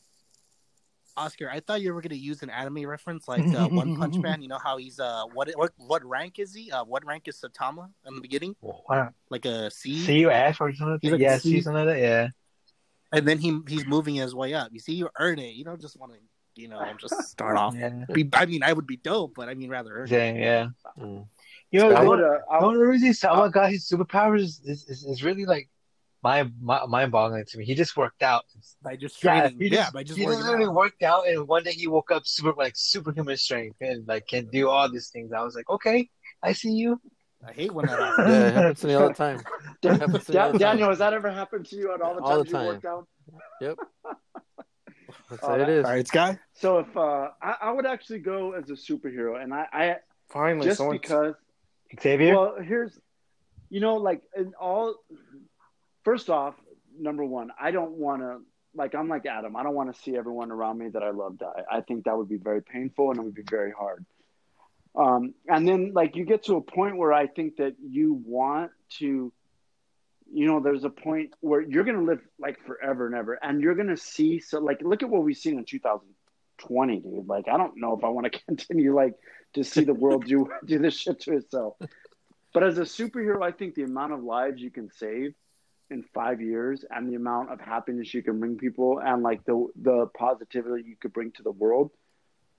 E: Oscar. I thought you were gonna use an anime reference, like uh, One Punch Man. You know how he's uh, what what what rank is he? Uh, what rank is Satama in the beginning?
C: Why not
E: Like a C.
C: CUF or something? Like
E: You
C: that?
E: like
C: yeah,
E: C?
C: C something like that. Yeah.
E: and then he he's moving his way up. You see, you earn it. You don't just want to, you know, just start off.
C: Yeah.
E: Be, I mean, I would be dope, but I mean, rather earn. it.
C: Same, yeah.
D: Mm.
C: You know,
B: I
C: I
B: would.
C: want,
B: Uh, I
C: I
B: would
C: want to really say, oh my god, his superpowers is, is, is, is really like mind mind boggling to me. He just worked out.
E: By just
C: Yeah,
E: training,
C: he
E: yeah,
C: just-
E: by just
C: he
E: working
C: literally
E: out.
C: worked out, and one day he woke up super like superhuman strength and like can do all these things. I was like, okay, I see you.
E: I hate when that happens.
D: Yeah, it happens to me all the time. It happens to me all
B: Da-
D: the time.
B: Daniel, has that ever happened to you at all the
D: All the
B: times you worked out?
D: That's
B: Oh,
D: what it
B: that-
D: is.
E: All right, Sky.
B: So if uh, I, I would actually go as a superhero, and I, I
F: Finally,
B: just
F: someone.
B: because.
C: Xavier.
B: Well, here's, you know, like in all. First off, number one, I don't want to like I'm like Adam. I don't want to see everyone around me that I love die. I think that would be very painful and it would be very hard. Um, and then like you get to a point where I think that you want to, you know, there's a point where you're gonna live like forever and ever, and you're gonna see. So like, look at what we've seen in 2020, dude. Like, I don't know if I want to continue like to see the world do do this shit to itself. But as a superhero, I think the amount of lives you can save in five years and the amount of happiness you can bring people and like the the positivity you could bring to the world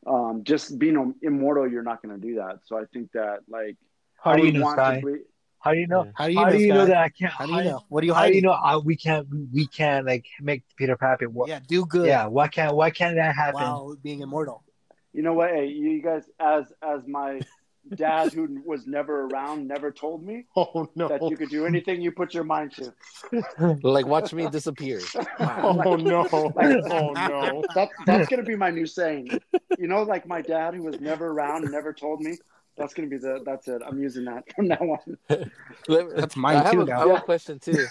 B: um just being immortal you're not going to do that so i think that like
C: How
B: I
C: do you
B: would
C: know,
B: want to
C: Sky?
B: bre-
C: How do you know?
E: How do you
C: How
E: know?
C: do you know
E: Sky?
C: that I can't?
E: How do you know? What do you
C: How do you
E: hiding?
C: know I, we can't? We can't like make Peter Pappy. What,
E: Yeah, do good.
C: yeah. Why can't? Why can't that happen?
E: while being immortal.
B: you know what hey, you guys as as my dad who was never around never told me
F: Oh no!
B: that you could do anything you put your mind to
D: Like, watch me disappear.
F: Oh no! Oh no!
B: that, that's going to be my new saying you know like my dad who was never around never told me that's going to be the that's it i'm using that from now on
D: Let-
E: That's mine
D: I have
E: too,
D: a-
E: now.
D: I have
B: Yeah.
D: a question too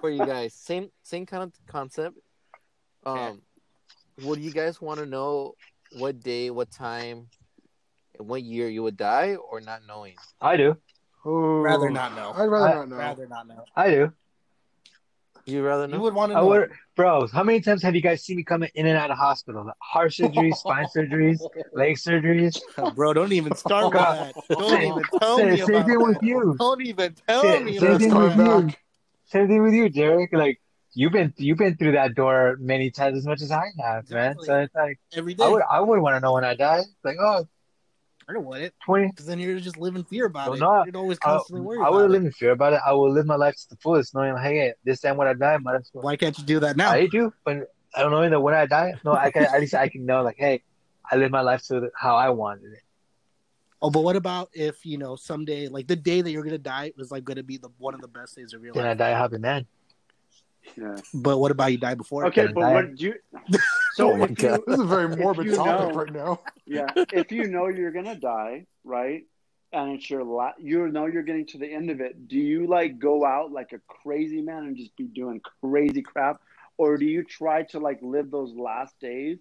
D: for you guys. Same same kind of concept. Um, would you guys want to know what day, what time, and what year you would die, or not knowing?
C: I do.
E: Rather not know.
F: I'd rather
C: Oh. I-
F: not know.
E: Rather not know.
C: I do.
D: You rather know?
E: You would want to
C: I
E: know.
C: would, bros. How many times have you guys seen me coming in and out of hospital? Heart surgeries, spine surgeries, leg surgeries.
E: Oh, Bro, don't even start with that. Don't even tell
C: Oh, Same,
E: me
C: same
E: about
C: thing with
E: that.
C: you.
E: Don't even tell
C: Same-
E: me
C: same
E: about
C: thing
E: that.
C: with you.
F: back.
C: Same thing with you, Derek. Like you've been you've been through that door many times as much as I have, man. So
E: Exactly.
C: it's like
E: Every day.
C: I would I would want to know when I die. Like oh,
E: concerned with it.
C: 20,
E: Because then you're just living fear about
C: Well,
E: it.
C: no,
E: You're always
C: I-
E: constantly worried
C: uh, I would
E: about it.
C: live in fear about it. I will live my life to the fullest, knowing, hey, this time when I die, might as well.
E: Why can't you do that now?
C: I do, but I don't know that when I die, no, I can at least I can know, like, hey, I live my life to the, how I wanted it.
E: Oh, but what about if you know someday, like the day that you're gonna die, was like gonna be the one of the best days of your
C: Then
E: life.
C: I die a happy man.
B: Yeah.
E: But what about you die before?
B: Okay,
C: Then
B: but
C: I-
B: what do you? So
C: Oh my
B: if you,
C: God.
F: This is a very
B: If
F: morbid
B: you
F: topic
B: know-
F: right now.
B: yeah, if you know you're gonna die, right, and it's your la- you know you're getting to the end of it. Do you like go out like a crazy man and just be doing crazy crap, or do you try to like live those last days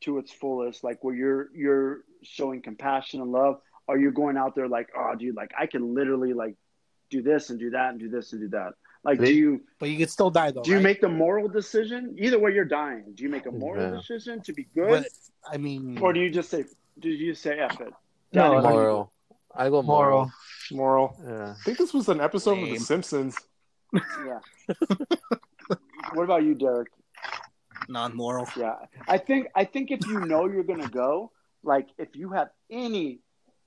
B: to its fullest, like where you're you're showing compassion and love? Are you going out there like, oh, dude, like I can literally like do this and do that and do this and do that? Like, do
C: Lit-
B: you?
E: But you could still die though.
B: Do you
E: right?
B: make the moral decision? Either way, you're dying. Do you make a moral
D: Yeah.
B: decision to be good,
E: But I mean,
B: or do you just say, "Do you say F it"?
C: No,
B: Danny,
C: no.
B: what
D: Moral. I go moral.
C: Moral.
F: Moral.
D: Yeah.
F: I think this was an episode of
E: Lame.
F: The Simpsons.
B: do you- yeah. what about you, Derek?
E: non-moral.
B: Yeah, I think I think if you know you're gonna go, like if you have any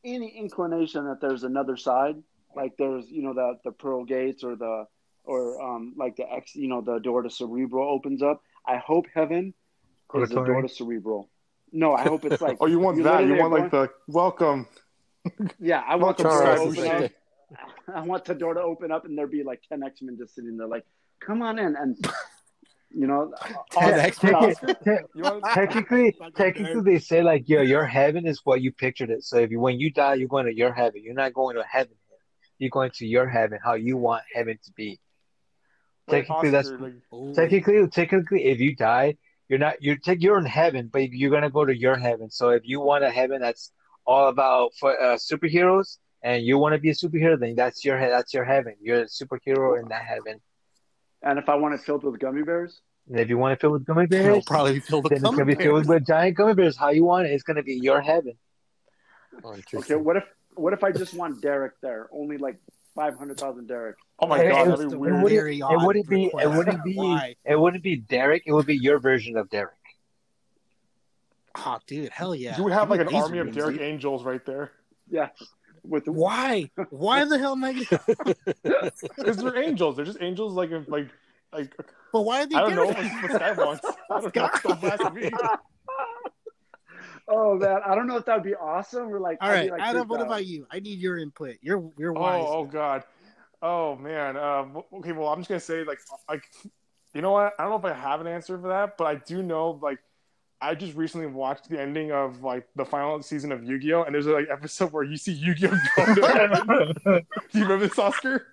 B: any inclination that there's another side, like there's you know the the pearl gates or the or um like the X, you know the door to cerebral opens up. I hope heaven is the door
C: Purgatory.
B: to cerebral. No, I hope it's like
F: Oh, you want
B: You
F: that? You
B: literally
F: want
B: are
F: like the welcome?
B: yeah, I want the
F: Welcome,
B: door to
F: Sky
D: Charles.
B: open
F: Boucher.
B: up. I want the door to open up and there be like 10 X-Men just sitting there like, come on in. And, you know, all
E: Ten
B: that
E: X-Men.
B: stuff.
C: Te-
F: You want
C: technically,
E: Fucking
C: technically, they say like, yeah, your heaven is what you pictured it. So if you when you die, you're going to your heaven. You're not going to heaven. You're going to your heaven, how you want heaven to be.
F: like
C: Technically, that's
F: Oscar, like,
E: Ooh.
C: Technically, technically, if you die, you're not you're tech you're in heaven, but you're gonna go to your heaven. So if you want a heaven that's all about for uh, superheroes, and you want to be a superhero, then that's your he- that's your heaven. You're a superhero in that heaven.
B: And if I want it filled with gummy bears,
C: And if you want to fill with gummy
E: It'll
C: bears,
E: probably be filled with
C: then it's gonna
E: gummy
C: be filled
E: bears.
C: with giant gummy bears. How you want it, it's gonna be your heaven.
D: Oh,
B: okay,
D: interesting.
B: what if what if I just want Derek there? Only like 500,000 Derek.
F: oh my
C: Hey,
F: god,
C: it
F: that'd
E: was
F: be
E: the
F: weird.
E: weird-
C: wouldn't-
E: Very
C: It
E: odd
C: wouldn't be. It
E: request.
C: wouldn't be.
E: Why?
C: It wouldn't be Derek. It would be your version of Derek.
E: Oh, dude, hell yeah!
F: You would have
E: Give me
F: like an
E: these
F: army of
E: rooms,
F: Derek
E: dude.
F: Angels right there.
B: Yeah. With the,
E: Why? Why the hell am I?
F: Because they're angels. They're just angels. Like if, like like
E: But why are they?
F: I don't know
E: Derek?
F: what what Sky wants. I don't know. Don't ask me.
B: oh man, I don't know if that would be awesome. We're like,
E: All
B: I'd be,
E: right,
B: like,
E: Adam.
B: freaked
E: What
B: out.
E: about you? I need your input. You're you're wise.
F: Oh, oh god. Oh man. Uh, w- okay. Well, I'm just gonna say like like you know what? I don't know if I have an answer for that, but I do know like I just recently watched the ending of like the final season of Yu-Gi-Oh, and there's like episode where you see Yu-Gi-Oh go to heaven. Do you remember this, Oscar?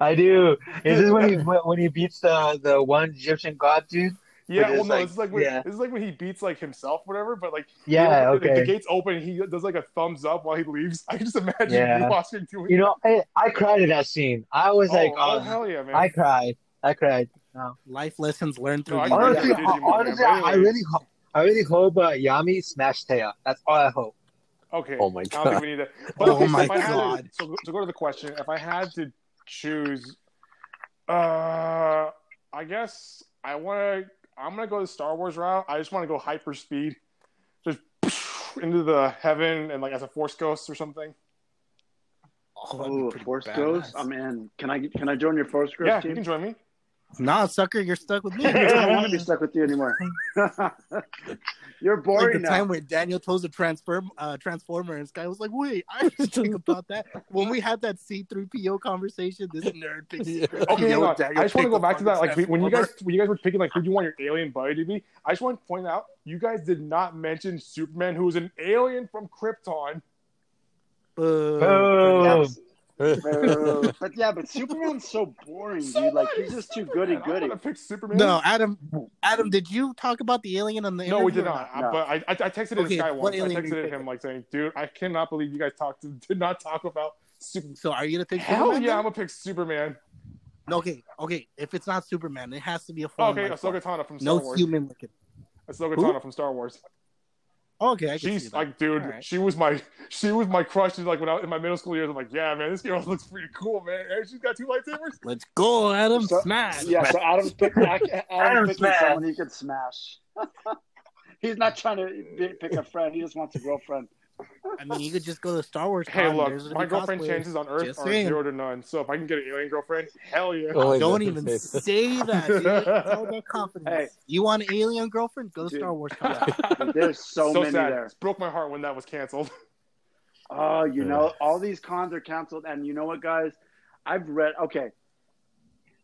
C: I do. Is this when he when he beats the the one Egyptian god dude?
F: Yeah.
C: But
F: Well,
C: it's
F: no.
C: like-
F: This is like when,
C: yeah.
F: this is like when he beats like himself, whatever. But like
C: Yeah.
F: the- the-
C: okay.
F: The gates open. and He does like a thumbs up while he leaves. I can just imagine
C: Yeah.
F: you, Oscar, doing.
C: You know, I, I cried in that scene. I was like,
F: oh,
C: oh,
F: hell yeah, man!
C: I cried. I cried. No.
E: Life lessons learned through
F: No,
E: the
F: I can-
C: Honestly,
F: yeah, Digimon,
C: honestly,
F: man.
C: I really hope, I really hope uh, Yami smashed Taya. That's all I hope.
F: Okay.
D: Oh my
F: I don't think we need that. But
E: Oh
F: okay,
E: my
F: so if I had
E: God.
F: To, so to go to the question, if I had to choose, uh, I guess I want to. I'm gonna go the Star Wars route. I just want to go hyper speed, just into the heaven and like as a force ghost or something.
E: Oh, that'd be
B: Oh,
E: pretty
B: Force
E: badass.
B: Ghost? I'm in. Can I can I join your Force Ghost
F: yeah, you
B: team?
F: can join me.
E: Nah, sucker, you're stuck with me.
B: I don't want to be stuck with you anymore. You're
E: like
B: boring
E: the
B: now.
E: time when Daniel chose a transform uh, transformer, and Sky was like, "Wait, I was thinking about that when we had that C three PO conversation." This nerd picks.
D: Yeah.
F: Okay, hang
E: Yo,
F: on.
E: Daniel,
F: I just want to
E: pick
F: go
E: the
F: back to that. Like
E: fucking
F: when you
E: Transformer.
F: guys when you guys were picking like who do you want your alien buddy to be, I just want to point out you guys did not mention Superman, who is an alien from Krypton.
E: Boo.
F: Uh,
C: Boom.
B: Uh, but yeah, but Superman's so boring,
F: So
B: dude. Like
F: what?
B: he's just too goody
F: Man, I'm
B: goody.
F: gonna pick Superman.
E: No, Adam. Adam, did you talk about the alien on the?
F: No, we
E: interview
F: did
E: or
F: not. I-
B: No.
F: But I, I, I texted
E: Okay,
F: this guy
E: what
F: once. I
E: alien did you
F: texted
E: pick?
F: him like saying, "Dude, I cannot believe you guys talked to, did not talk about Superman."
E: So are you gonna pick?
F: Hell
E: Superman
F: yeah,
E: then?
F: I'm gonna pick Superman.
E: No, okay, okay. If it's not Superman, it has to be a
F: Oh,
E: form.
F: okay,
E: like
F: Ahsoka
E: that.
F: Tano from Star
E: no
F: Wars.
E: human looking.
F: Ahsoka
E: Who?
F: Tano from Star Wars.
E: Okay, I can see
F: She's
E: that.
F: like, dude,
E: All right.
F: she was my she was my crush. in, Like when I in my middle school years, I'm like, yeah, man, this girl looks pretty cool, man. And she's got two lightsabers.
E: Let's go, Adam.
B: So-
E: Smash.
B: Yeah, so Adam's picking Adam
C: Adam
B: picking
C: Smash.
B: someone he could smash. he's not trying to be- pick a friend. He just wants a girlfriend.
E: I mean, you could just go to Star Wars.
F: Hey,
E: Con,
F: look,
E: there's
F: my
E: already
F: girlfriend
E: cosplayers.
F: chances on Earth
E: Just
F: are
E: saying.
F: zero to none. So if I can get an alien girlfriend, hell yeah.
D: Oh my
E: Don't
D: God.
E: even say that. Dude. It's all about confidence.
B: Hey.
E: You want an alien girlfriend? Go to
B: Dude.
E: Star Wars. Con.
B: There's so, many
F: sad.
B: there.
F: Broke my heart when that was canceled.
B: Oh, you
D: Yeah.
B: know, all these cons are canceled. And you know what, guys? I've read, okay.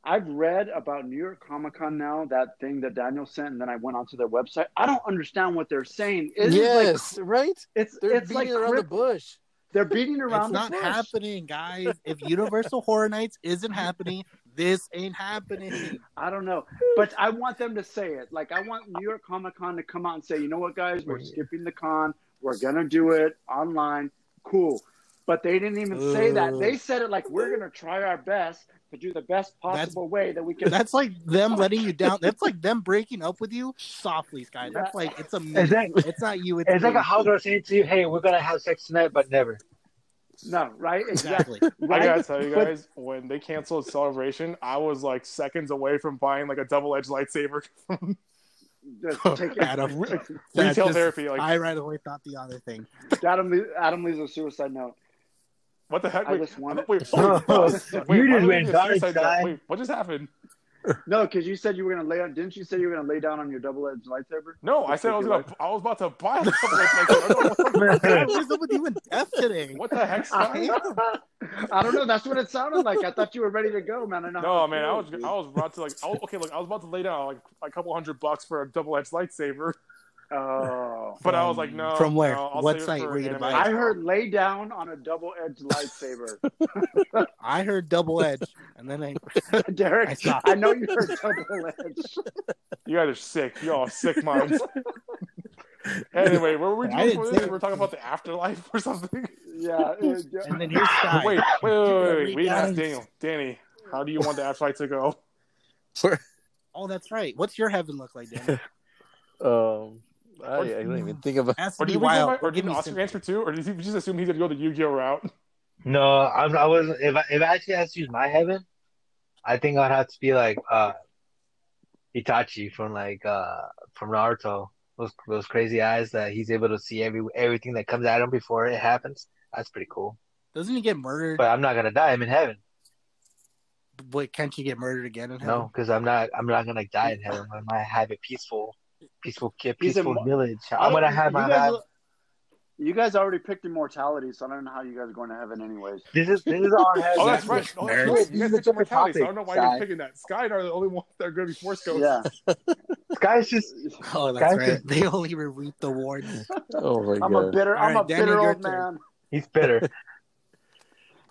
B: I've read about New York Comic Con now, that thing that Daniel sent, and then I went onto their website. I don't understand what they're saying. It is
D: yes, right?
B: like, it's,
D: They're
B: it's
D: beating
B: like
D: around the
B: crippled.
D: bush.
B: They're beating around the
E: It's not
B: bush.
E: happening, guys. If Universal Horror Nights isn't happening, this ain't happening.
B: I don't know. But I want them to say it. Like, I want New York Comic Con to come out and say, you know what, guys? We're skipping the con. We're going to do it online. Cool. But they didn't even say that. They said it like, we're going to try our best to do the best
E: That's-
B: possible way that we can.
E: That's like them letting you down. That's like them breaking up with you softly, guys. That's like it's a.
C: Is that
E: It's not you. It's
C: it's like
E: me.
C: a hot girl saying to you, "Hey, we're gonna have sex tonight, but never."
B: No, right? Exactly.
E: Exactly.
F: I
B: Right?
F: gotta tell you guys, when they canceled Celebration, I was like seconds away from buying like a double-edged lightsaber.
B: Just take it.
E: Adam. That
F: Retail
E: just-
F: therapy, like
E: I right away thought the other thing.
B: Adam, le- Adam leaves a suicide note.
F: what the heck?
B: I
F: Wait,
B: just wanted-
F: wait,
C: Oh,
F: wait, wait, why
C: you
F: did
C: just
F: we
C: went
F: get
C: dark
F: suicide note?
C: side.
F: Wait, what just happened?
B: No, because you said you were going to lay on. Didn't you say you were going to lay down on your double edged lightsaber?
F: No, I said I was
B: You're
F: gonna. I was about to buy a double-edged lightsaber.
E: God, what is up with you and death today?
F: What the heck?
E: I
F: Scott?
B: I don't know. That's what it sounded like. I thought you were ready to go, man. I know how
F: No,
B: it
F: man, I was
B: feels,
F: I
B: dude.
F: was about to like. I was, okay, look, I was about to lay down like a couple hundred bucks for a double-edged lightsaber,
B: Oh.
F: but I
E: From-
F: was like, no.
E: Mm. from where?
F: no, I'll
E: What
F: save it
E: site
F: for
E: were you gonna
F: anime.
E: buy it?
B: I heard lay down on a double edged lightsaber.
E: I heard double edge, and then I I
B: Derek, I,
E: saw.
B: know you heard double edged.
F: You guys are sick. Y'all are sick minds. anyway, what were we
E: I
F: doing
E: didn't
F: for
E: say
F: this?
E: it.
F: We were talking about the afterlife or something.
B: Yeah. it-
E: and then here's Sky.
F: Wait, wait, wait, wait, wait. We didn't ask
E: Guys.
F: Daniel. Danny, how do you want the afterlife to go?
E: Oh, that's right. What's your heaven look like, Dan?
D: Um, I, I don't even think about
E: Has to
F: Or
E: be
F: did, we go by,
E: wild.
F: or
E: Give
F: did
E: me
F: Oscar
E: some-
F: answer too? Or did he just assume he's going to go the Yu Gi Oh route?
C: No, I'm, I wasn't. If I, if I actually had to use my heaven, I think I'd have to be like uh, Itachi from like uh, from Naruto. Those those crazy eyes that he's able to see every everything that comes at him before it happens. That's pretty cool.
E: Doesn't he get murdered?
C: But I'm not gonna die. I'm in heaven.
E: Wait, can't you get murdered again in heaven?
C: No, because I'm not. I'm not gonna die in heaven. I'm gonna have a peaceful, peaceful, ki-
B: He's
C: peaceful
B: imm-
C: village.
B: I
C: I'm
B: don't-
C: gonna have
B: you
C: my.
B: guys,
C: have-
B: you guys already picked immortality, so I don't know how you guys are going to heaven, anyways.
C: This is this is our heaven.
F: Oh, that's right. Oh, that's
E: Nerds.
F: right. You
C: These
F: guys
C: are different
F: picked Mortality, so I don't know
C: topics,
F: why you're
C: Sky.
F: picking that. Sky and I are the only ones that are going to be Force Ghosts.
B: Yeah.
C: Sky's just
E: Oh, that's
C: Guys,
E: right. They only reap the wards.
D: Oh my
B: I'm a
D: god!
B: bitter,
E: All
B: I'm
E: right,
B: a
E: Daniel,
B: bitter
E: your
B: old
E: turn.
B: man.
C: he's bitter.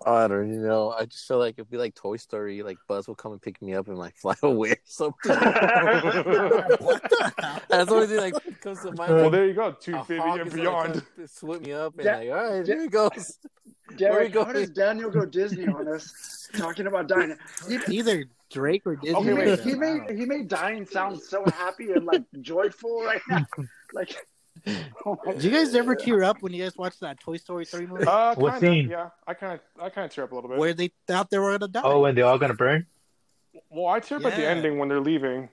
D: I don't even know. I just feel like it'd be like Toy Story. Like Buzz will come and pick me up and like fly away or something.
E: what the hell?
D: That's the only thing like comes to mind.
F: Well,
D: Like,
F: there you go.
D: a
F: 250
D: hawk
F: and
D: is gonna
F: beyond.
D: come and Swoop me up and
B: Yeah.
D: like, all right,
B: Yeah.
D: here it goes. Where we
B: Derek, how
D: going?
B: does Daniel go Disney on this? Talking about dying. He,
E: It's either Drake or Disney.
B: he,
F: Okay,
B: made,
F: wait.
B: he, made, he made dying sound so happy and like joyful right now. Like, oh my-
E: Did you guys ever tear up when you guys watched that Toy Story 3 movie?
F: Uh,
C: What
F: kinda,
C: scene?
F: Yeah, I kind of, I kind of tear up a little bit.
E: where they thought they were going to die?
C: Oh, and they're all gonna burn.
F: Well, I tear up at the
E: Yeah.
F: ending when they're leaving.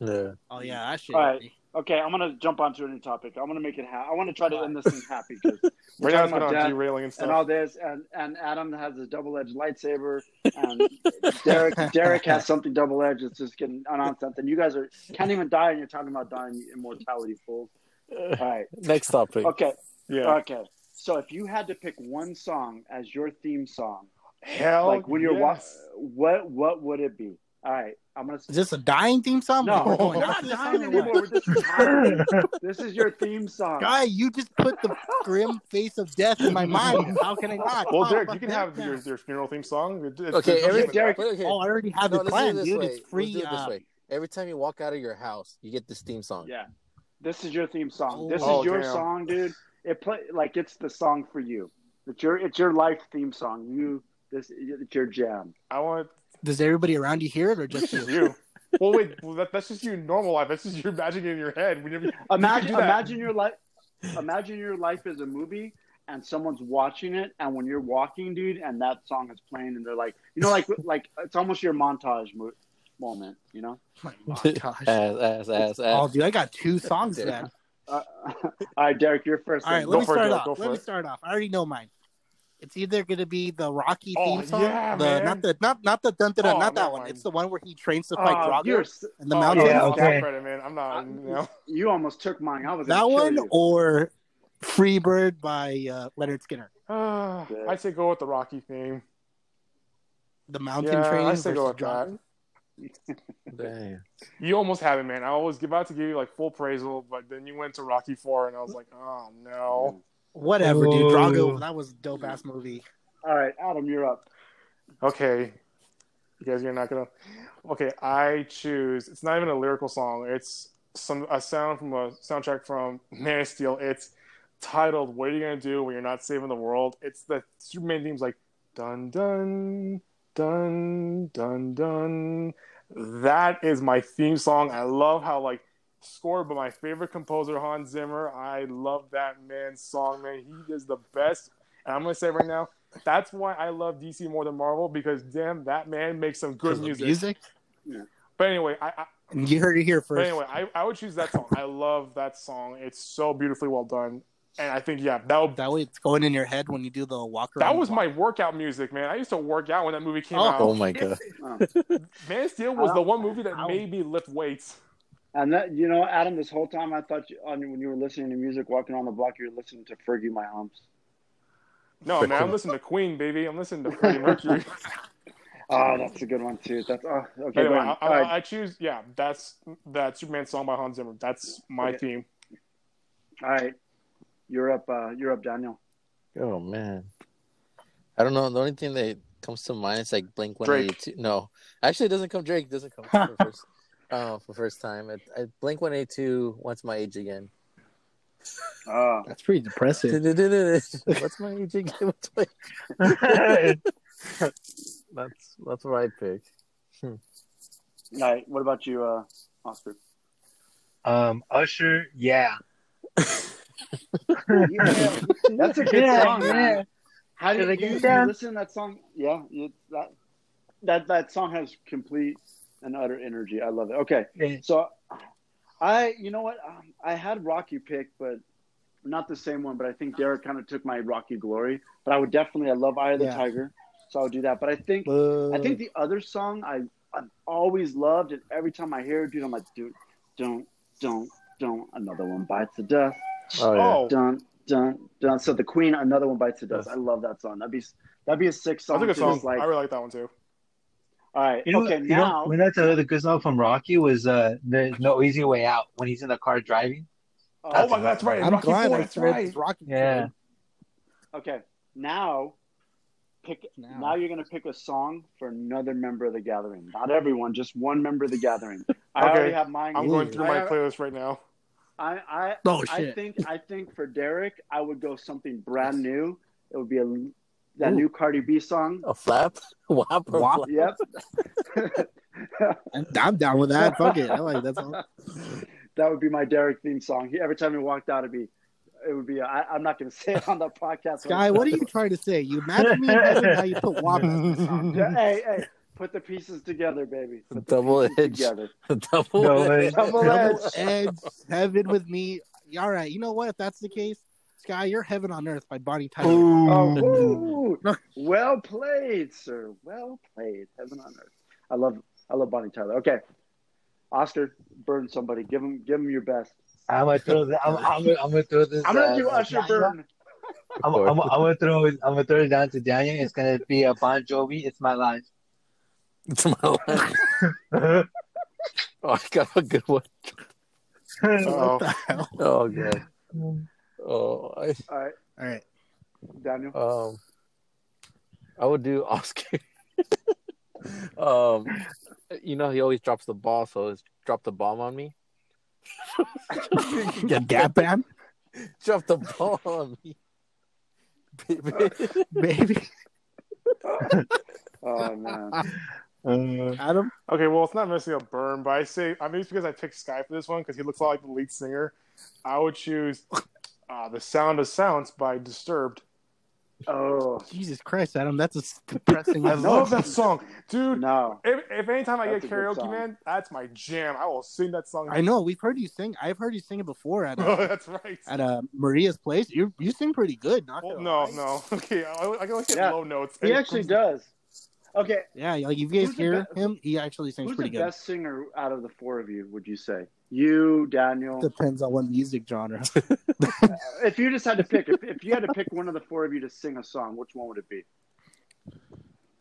D: Yeah.
E: Oh, yeah, that shit.
B: All right. Okay, I'm gonna jump onto a new topic. I'm gonna make it. Ha- I want to try to end this thing happy 'cause
F: Right now,
B: talking
F: it's been
B: about
F: on
B: death
F: derailing and stuff.
B: and all this, and and Adam has a double-edged lightsaber, and Derek Derek has something double-edged. It's just getting nonsense. And you guys are can't even die, and you're talking about dying you immortality, fools. All right.
D: Next topic.
B: Okay.
F: yeah.
B: Okay. So if you had to pick one song as your theme song,
F: Hell,
B: like when you're wa-
F: Oh, yes.
B: what what would it be? All right, I'm gonna.
E: Is this a dying theme song?
B: No,
E: We're
B: we're
E: going
B: not
E: after this
B: dying
E: song or what?
B: anymore. We're just tired. This is your theme song.
E: Guy, you just put the grim face of death in my mind. How can I not?
F: Well,
E: Oh,
F: Derek,
E: fuck
F: you can
E: that
F: have
E: now.
F: your, your funeral theme song. It- it-
D: Okay,
F: it-
D: every,
B: Derek-
D: but okay.
E: Oh, I already have
D: No,
E: it
D: let's do
E: planned,
D: this
E: dude.
D: way.
E: It's free.
D: Let's do it this
E: uh,
D: way. Every time you walk out of your house, you get this theme song.
B: Yeah. This is your theme song. This
E: Oh,
B: is your
F: damn.
B: song, dude. It play like it's the song for you. It's your it's your life theme song. You this it's your jam.
F: I want
E: Does everybody around you hear it or just
F: this
E: you?
F: is you. Well, wait, well, that, that's just you in normal life. That's just your magic in your head. Whenever you,
B: Imagine
F: do that.
B: imagine your life imagine your life is a movie and someone's watching it and when you're walking, dude, and that song is playing and they're like, you know like like it's almost your montage mo- moment, you know?
E: My montage.
D: Ass, ass, ass, ass.
E: Oh, dude, I got two songs then.
B: Uh, all right, Derek, you're first.
E: All right,
B: Go
E: let me
F: for it,
E: start
F: Joe, go
E: off.
F: for
E: Let me
F: it.
E: start off. I already know mine. It's either going to be the Rocky
F: Oh,
E: theme song,
F: yeah,
E: the,
F: man.
E: not the not not the dun dun dun,
F: Oh,
E: not that
F: never
E: one.
F: mind.
E: It's the one where he trains to fight
F: Oh,
E: Drago
B: Uh, You're, s-
E: in the
F: Oh,
E: mountains.
F: yeah,
C: Yeah,
F: okay.
C: okay.
F: credit, man. I'm not. You know.
B: you almost took mine. I was
E: That
B: gonna kill
E: one
B: you.
E: or Freebird by uh, Leonard Skinner.
F: Ah,
B: Yeah.
F: I say go with the Rocky theme.
E: The mountain
F: Yeah, I
E: training
F: say
E: versus
F: go with that.
E: Drago.
D: Damn.
F: You almost have it, man. I was about to give you like full praisal, but then you went to Rocky Four, and I was like, oh no.
E: Whatever, dude.
C: Ooh.
E: Drago, that was a dope ass movie.
B: All right, Adam, you're up. Mm.
F: Okay, you guys, you're not gonna. Okay, I choose. It's not even a lyrical song. It's some a sound from a soundtrack from Man of Steel. It's titled "What Are You Gonna Do When You're Not Saving the World." It's the Superman theme's like dun dun dun dun dun. That is my theme song. I love how like scored by my favorite composer Hans Zimmer. I love that man's song, man. He is the best. And I'm gonna say right now, that's why I love DC more than Marvel because damn, that man makes some good
E: 'Cause of
F: music.
E: music.
F: But anyway, I, I
E: And you heard it here
F: but
E: first.
F: anyway, I, I would choose that song. I love that song. It's so beautifully well done. And I think yeah, that would,
E: That way, it's going in your head when you do the walk around.
F: that was my workout music, man. I used to work out when that movie came
E: Oh.
F: out.
D: Oh my god.
B: Oh.
F: Man of Steel was
B: I
F: the
B: don't-
F: one movie that
E: I don't-
F: made me lift weights.
B: And that, you know, Adam, this whole time I thought you, on, when you were listening to music, walking on the block, you were listening to Fergie My Humps.
F: No, man, I'm listening to Queen, baby. I'm listening to Freddie Mercury.
B: Oh, that's a good one too. That's oh, okay.
F: anyway,
B: go on.
F: I,
B: All
F: I,
B: right,
F: I choose. Yeah, that's that Superman song by Hans Zimmer. That's my
B: Okay.
F: theme.
B: all right. You're up. Uh, you're up, Daniel.
D: Oh man. I don't know. The only thing that comes to mind is like Blink One Eighty Two. No, actually, it doesn't come. Drake doesn't come for first. Uh, for first time, it, I, Blink One Eighty Two. What's my age again?
B: Oh,
E: That's pretty depressing.
D: What's my age again? What's my... that's that's what I picked.
B: all right. What about you, uh, Oscar?
C: Um, Usher, yeah.
B: Yeah, that's a good
C: Yeah,
B: song, man.
C: yeah.
B: How do
C: Did I
B: you,
C: get
B: you,
C: that?
B: you listen to that song? Yeah, you, that that that song has complete and utter energy. I love it. Okay,
C: Yeah.
B: so I, you know what, um, I had Rocky pick, but not the same one. But I think Derek kind of took my Rocky glory. But I would definitely, I love Eye of the
E: Yeah.
B: Tiger, so I would do that. But I think I
E: I
B: think the other song I I've always loved, and every time I hear it, dude, I'm like, dude, don't, don't, don't. Another one bites the dust.
D: Oh yeah.
F: Oh,
B: Dun dun dun. So the Queen, another one bites the dust. I love that song. That'd be that'd be a sick song.
F: that's a good
B: too. It's
F: song.
B: Like,
F: I really like that one too.
B: all right,
C: You know,
B: okay,
C: you know,
B: now
C: when that's another good song from Rocky was uh, "There's No Easy Way Out" when he's in the car driving.
F: Oh
C: That's
F: my
C: a
F: god,
C: good
F: that's right.
C: one.
E: I'm
F: Rocky
E: glad
F: Four.
E: I
F: That's
E: read
F: right.
E: this Rocky.
C: Yeah.
B: okay, now pick. Now.
E: Now.
B: you're gonna pick a song for another member of the gathering. Not everyone, just one member of the gathering. I
F: Okay,
B: already have mine.
F: I'm going through
B: I
F: my
B: have-
F: playlist right now.
B: I I,
E: Oh
B: I
E: shit!
B: think I think for Derek, I would go something brand new. It would be a that new Cardi B song.
D: A flap. Wap or
E: Wap.
D: flap?
B: Yep.
E: I'm, I'm down with that. Fuck it. I like that song.
B: that would be my Derek theme song. He, every time he walked out, it'd be, it would be. I, I'm not going to say it on the podcast.
E: Guy, what are you trying to say? You mad at me? in heaven, Now you put WAP as the song.
B: Yeah, hey, hey, put the pieces together, baby. Put the
D: Double
B: pieces
D: edge.
B: together.
D: Double.
C: No,
D: edge.
C: it-
B: Double edge.
E: Double edge, heaven with me. All right, you know what? If that's the case, Sky, you're heaven on earth by Bonnie Tyler.
B: Oh,
C: Ooh.
B: woo. well played, sir. Well played. Heaven on earth. I love, I love Bonnie Tyler. Okay, Oscar, burn somebody. Give him, give him your best.
C: I'm gonna throw this. I'm, I'm, gonna- I'm gonna throw this.
B: I'm gonna
C: uh,
B: do Usher burn.
C: I'm, I'm, I'm gonna throw. it- I'm gonna throw it down to Daniel. It's gonna be a Bon Jovi. It's my life.
D: It's my life.
E: Uh,
D: Oh, I got a good one.
F: Oh,
E: What the hell?
D: Oh god. Oh,
B: All
D: I
B: right,
E: All right.
B: Daniel.
D: um, I would do Oscar. um, you know he always drops the ball, so it's drop the bomb on me.
E: The Dap Band,
D: Drop the ball on me. Baby.
E: baby.
B: Oh man.
C: Uh,
E: Adam,
F: okay. Well, it's not necessarily a burn, but I say I mean it's because I picked Sky for this one because he looks a lot like the lead singer. I would choose uh, "The Sound of Sounds" by Disturbed.
B: Oh
E: Jesus Christ, Adam, that's a s- depressing.
F: I love that song, dude.
B: no!
F: If, if anytime I
B: That's
F: get
B: a good
F: karaoke,
B: song.
F: man, that's my jam. I will sing that song.
E: I know we've heard you sing. I've heard you sing it before at
F: Oh,
E: uh
F: that's right.
E: at uh, Maria's place. You you sing pretty good. Not
F: Well,
E: gonna
F: no,
E: lie.
F: no. Okay, I, I can only hit
B: Yeah.
F: low notes.
B: He actually does. Okay,
E: Yeah, like if you guys
B: Who's the
E: hear
B: be-
E: him, he actually sings
B: who's the
E: pretty good.
B: best singer out of the four of you? Would you say you, Daniel?
E: Depends on what music genre.
B: if you just had to pick, if, if you had to pick one of the four of you to sing a song, which one would it be?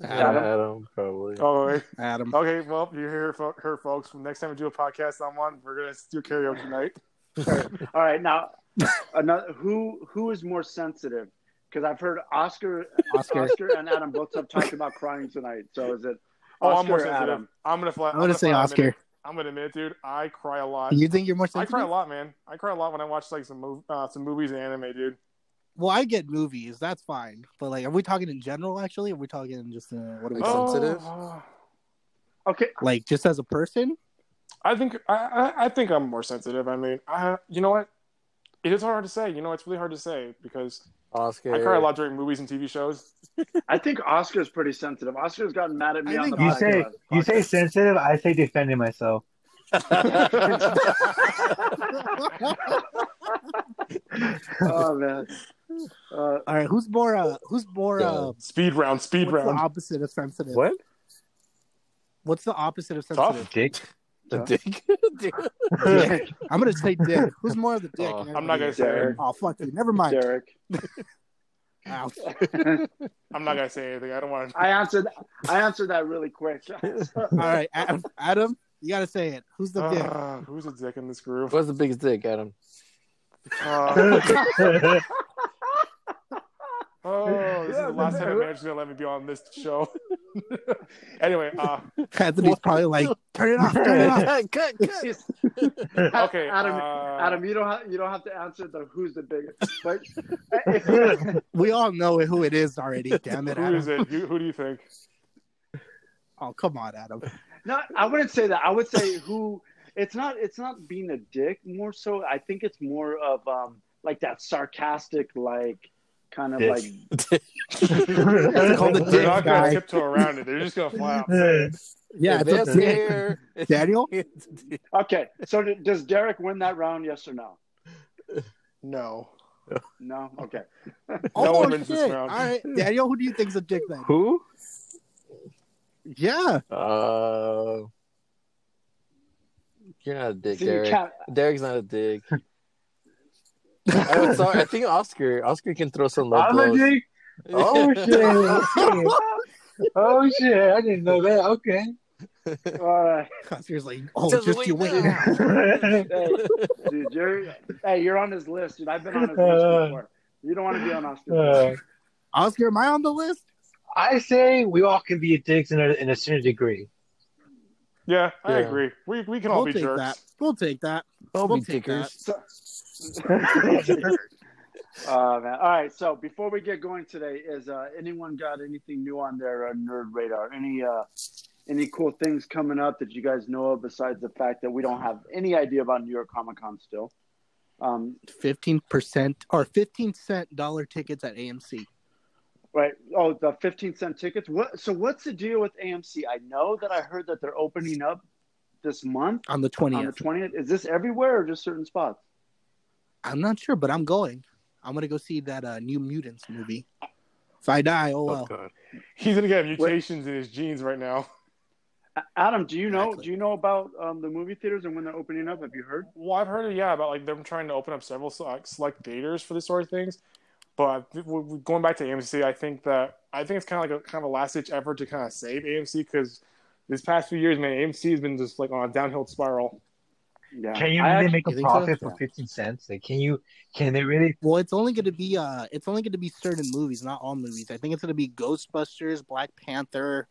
D: Adam,
B: Adam?
D: Adam probably.
F: Oh, wait.
E: Adam,
F: okay. Well, you hear fo- her, folks. Next time we do a podcast on one, we're gonna do karaoke night.
B: All right, now another who who is more sensitive? Because I've heard Oscar,
E: Oscar.
B: Oscar, and Adam both have talked about crying tonight. So is it?
F: Oh,
B: Oscar
F: I'm more
B: or
F: sensitive.
B: Adam?
F: I'm gonna fly.
E: I'm gonna say
F: flat admit
E: Oscar.
F: it. I'm gonna admit, it, dude. I cry a lot.
E: You think you're more
F: I
E: sensitive?
F: cry a lot, man. I cry a lot when I watch like some mov- uh, some movies and anime, dude.
E: Well, I get movies. That's fine. But like, are we talking in general? Actually, are we talking just uh, what are we
D: Like
E: talking?
D: sensitive?
F: Oh,
B: Okay,
E: Like just as a person?
F: I think I, I I think I'm more sensitive. I mean, I you know what? It is hard to say. You know, it's really hard to say because
D: Oscar.
F: I cry a lot during movies and TV shows.
B: I think Oscar's pretty sensitive. Oscar's gotten mad at me on
E: I think
B: the
C: You
B: podcast.
C: say you say sensitive. I say defending myself.
B: oh man. Uh,
E: All right, who's more? Uh, who's more? Uh,
F: Speed round, speed
E: what's the
F: round.
E: opposite of sensitive?
D: What?
E: What's the opposite of
F: Tough.
E: sensitive?
C: Dick.
D: The
B: Yeah.
D: dick. Dude.
E: Dick. I'm gonna say dick. Who's more of the dick?
D: Oh,
E: And
F: I'm not gonna
E: everybody-
F: say.
B: Derek.
F: it.
E: Oh fuck you. Never mind.
B: Derek.
E: Ouch.
F: I'm not gonna say anything. I don't want to.
B: I answered I answered that really quick.
E: All right, Adam, Adam, you gotta say it. Who's the dick?
F: Ah, who's a dick in this group?
D: What's the biggest dick, Adam?
F: Ah. oh, this is the last time my manager's gonna let me be on this show. anyway, uh,
E: Anthony's probably like, turn it off, turn it off.
D: cut, cut.
F: okay,
B: Adam,
F: uh,
B: Adam, you don't have you don't have to answer the who's the biggest. But if you,
E: We all know who it is already. Damn it,
F: who is
E: Adam.
F: it? You, who do you think?
E: Oh come on, Adam.
B: no, I wouldn't say that. I would say who. It's not it's not being a dick. More so, I think it's more of um like that sarcastic like kind of
C: Dick.
B: like
E: It's called the
F: They're
E: dick
F: not gonna
E: guy.
F: tiptoe around it. They're just gonna fly out.
E: Yeah,
D: If
E: it's
D: it's
E: a dick.
D: here, it's-
E: Daniel.
D: it's a dick.
B: Okay, so d- does Derek win that round? Yes or no?
F: No.
B: No. Okay.
E: Oh,
F: one
E: shit.
F: wins this round.
E: All right, Daniel, who do you think's a dick then?
D: Who?
E: Yeah,
D: Uh, you're not a dick,
B: See, you
D: Derek.
B: can't-
D: Derek's not a dick. I, was sorry, I think Oscar. Oscar can throw some love
C: I'm a
D: blows.
C: dick. Oh shit. oh shit. I didn't know that. Okay.
B: All right,
E: Cosier's like, oh,
D: Just
E: just, you
D: wait
E: wait
D: now.
E: now.
B: hey, dude, you're hey, you're on his list, dude. I've been on his list before. You don't want to be on Oscar's
C: Uh,
B: list.
E: Oscar, am I on the list?
C: I say we all can be dicks in a, in a certain degree.
F: Yeah, I
D: Yeah.
F: agree. We we can all
E: We'll
F: be
E: take
F: jerks.
E: that. We'll take that.
D: Don't
E: we'll
D: be
E: take
D: dickers.
B: Uh, man. All right, so before we get going today, is uh, anyone got anything new on their uh, nerd radar? Any uh, any cool things coming up that you guys know of besides the fact that we don't have any idea about New York Comic Con still? Um,
E: Fifteen percent or fifteen cent dollar tickets at AMC.
B: Right. Oh, the fifteen cent tickets. What? So what's the deal with AMC? I know that I heard that they're opening up this month
E: On the
B: on the
E: twentieth.
B: twentieth. Is this everywhere or just certain spots?
E: I'm not sure, but I'm going. I'm gonna go see that uh, New Mutants movie. If I die, oh
D: Oh
E: well.
D: god.
F: He's gonna get mutations in his genes right now.
B: A- Adam, do you know?
E: Exactly.
B: Do you know about um, the movie theaters and when they're opening up? Have you heard?
F: Well, I've heard yeah about like them trying to open up several select, select theaters for this sort of things, but w- w- going back to AMC, I think that I think it's kind of like a kind of a last ditch effort to kind of save AMC because this past few years, man, AMC has been just like on a downhill spiral.
B: Yeah.
C: Can you
B: I
C: really
B: act-
C: make
E: You
C: a
E: think so?
C: profit for fifteen cents? Like, can you? Can they really?
E: Well, it's only gonna be uh, it's only gonna be certain movies, not all movies. I think it's gonna be Ghostbusters, Black Panther,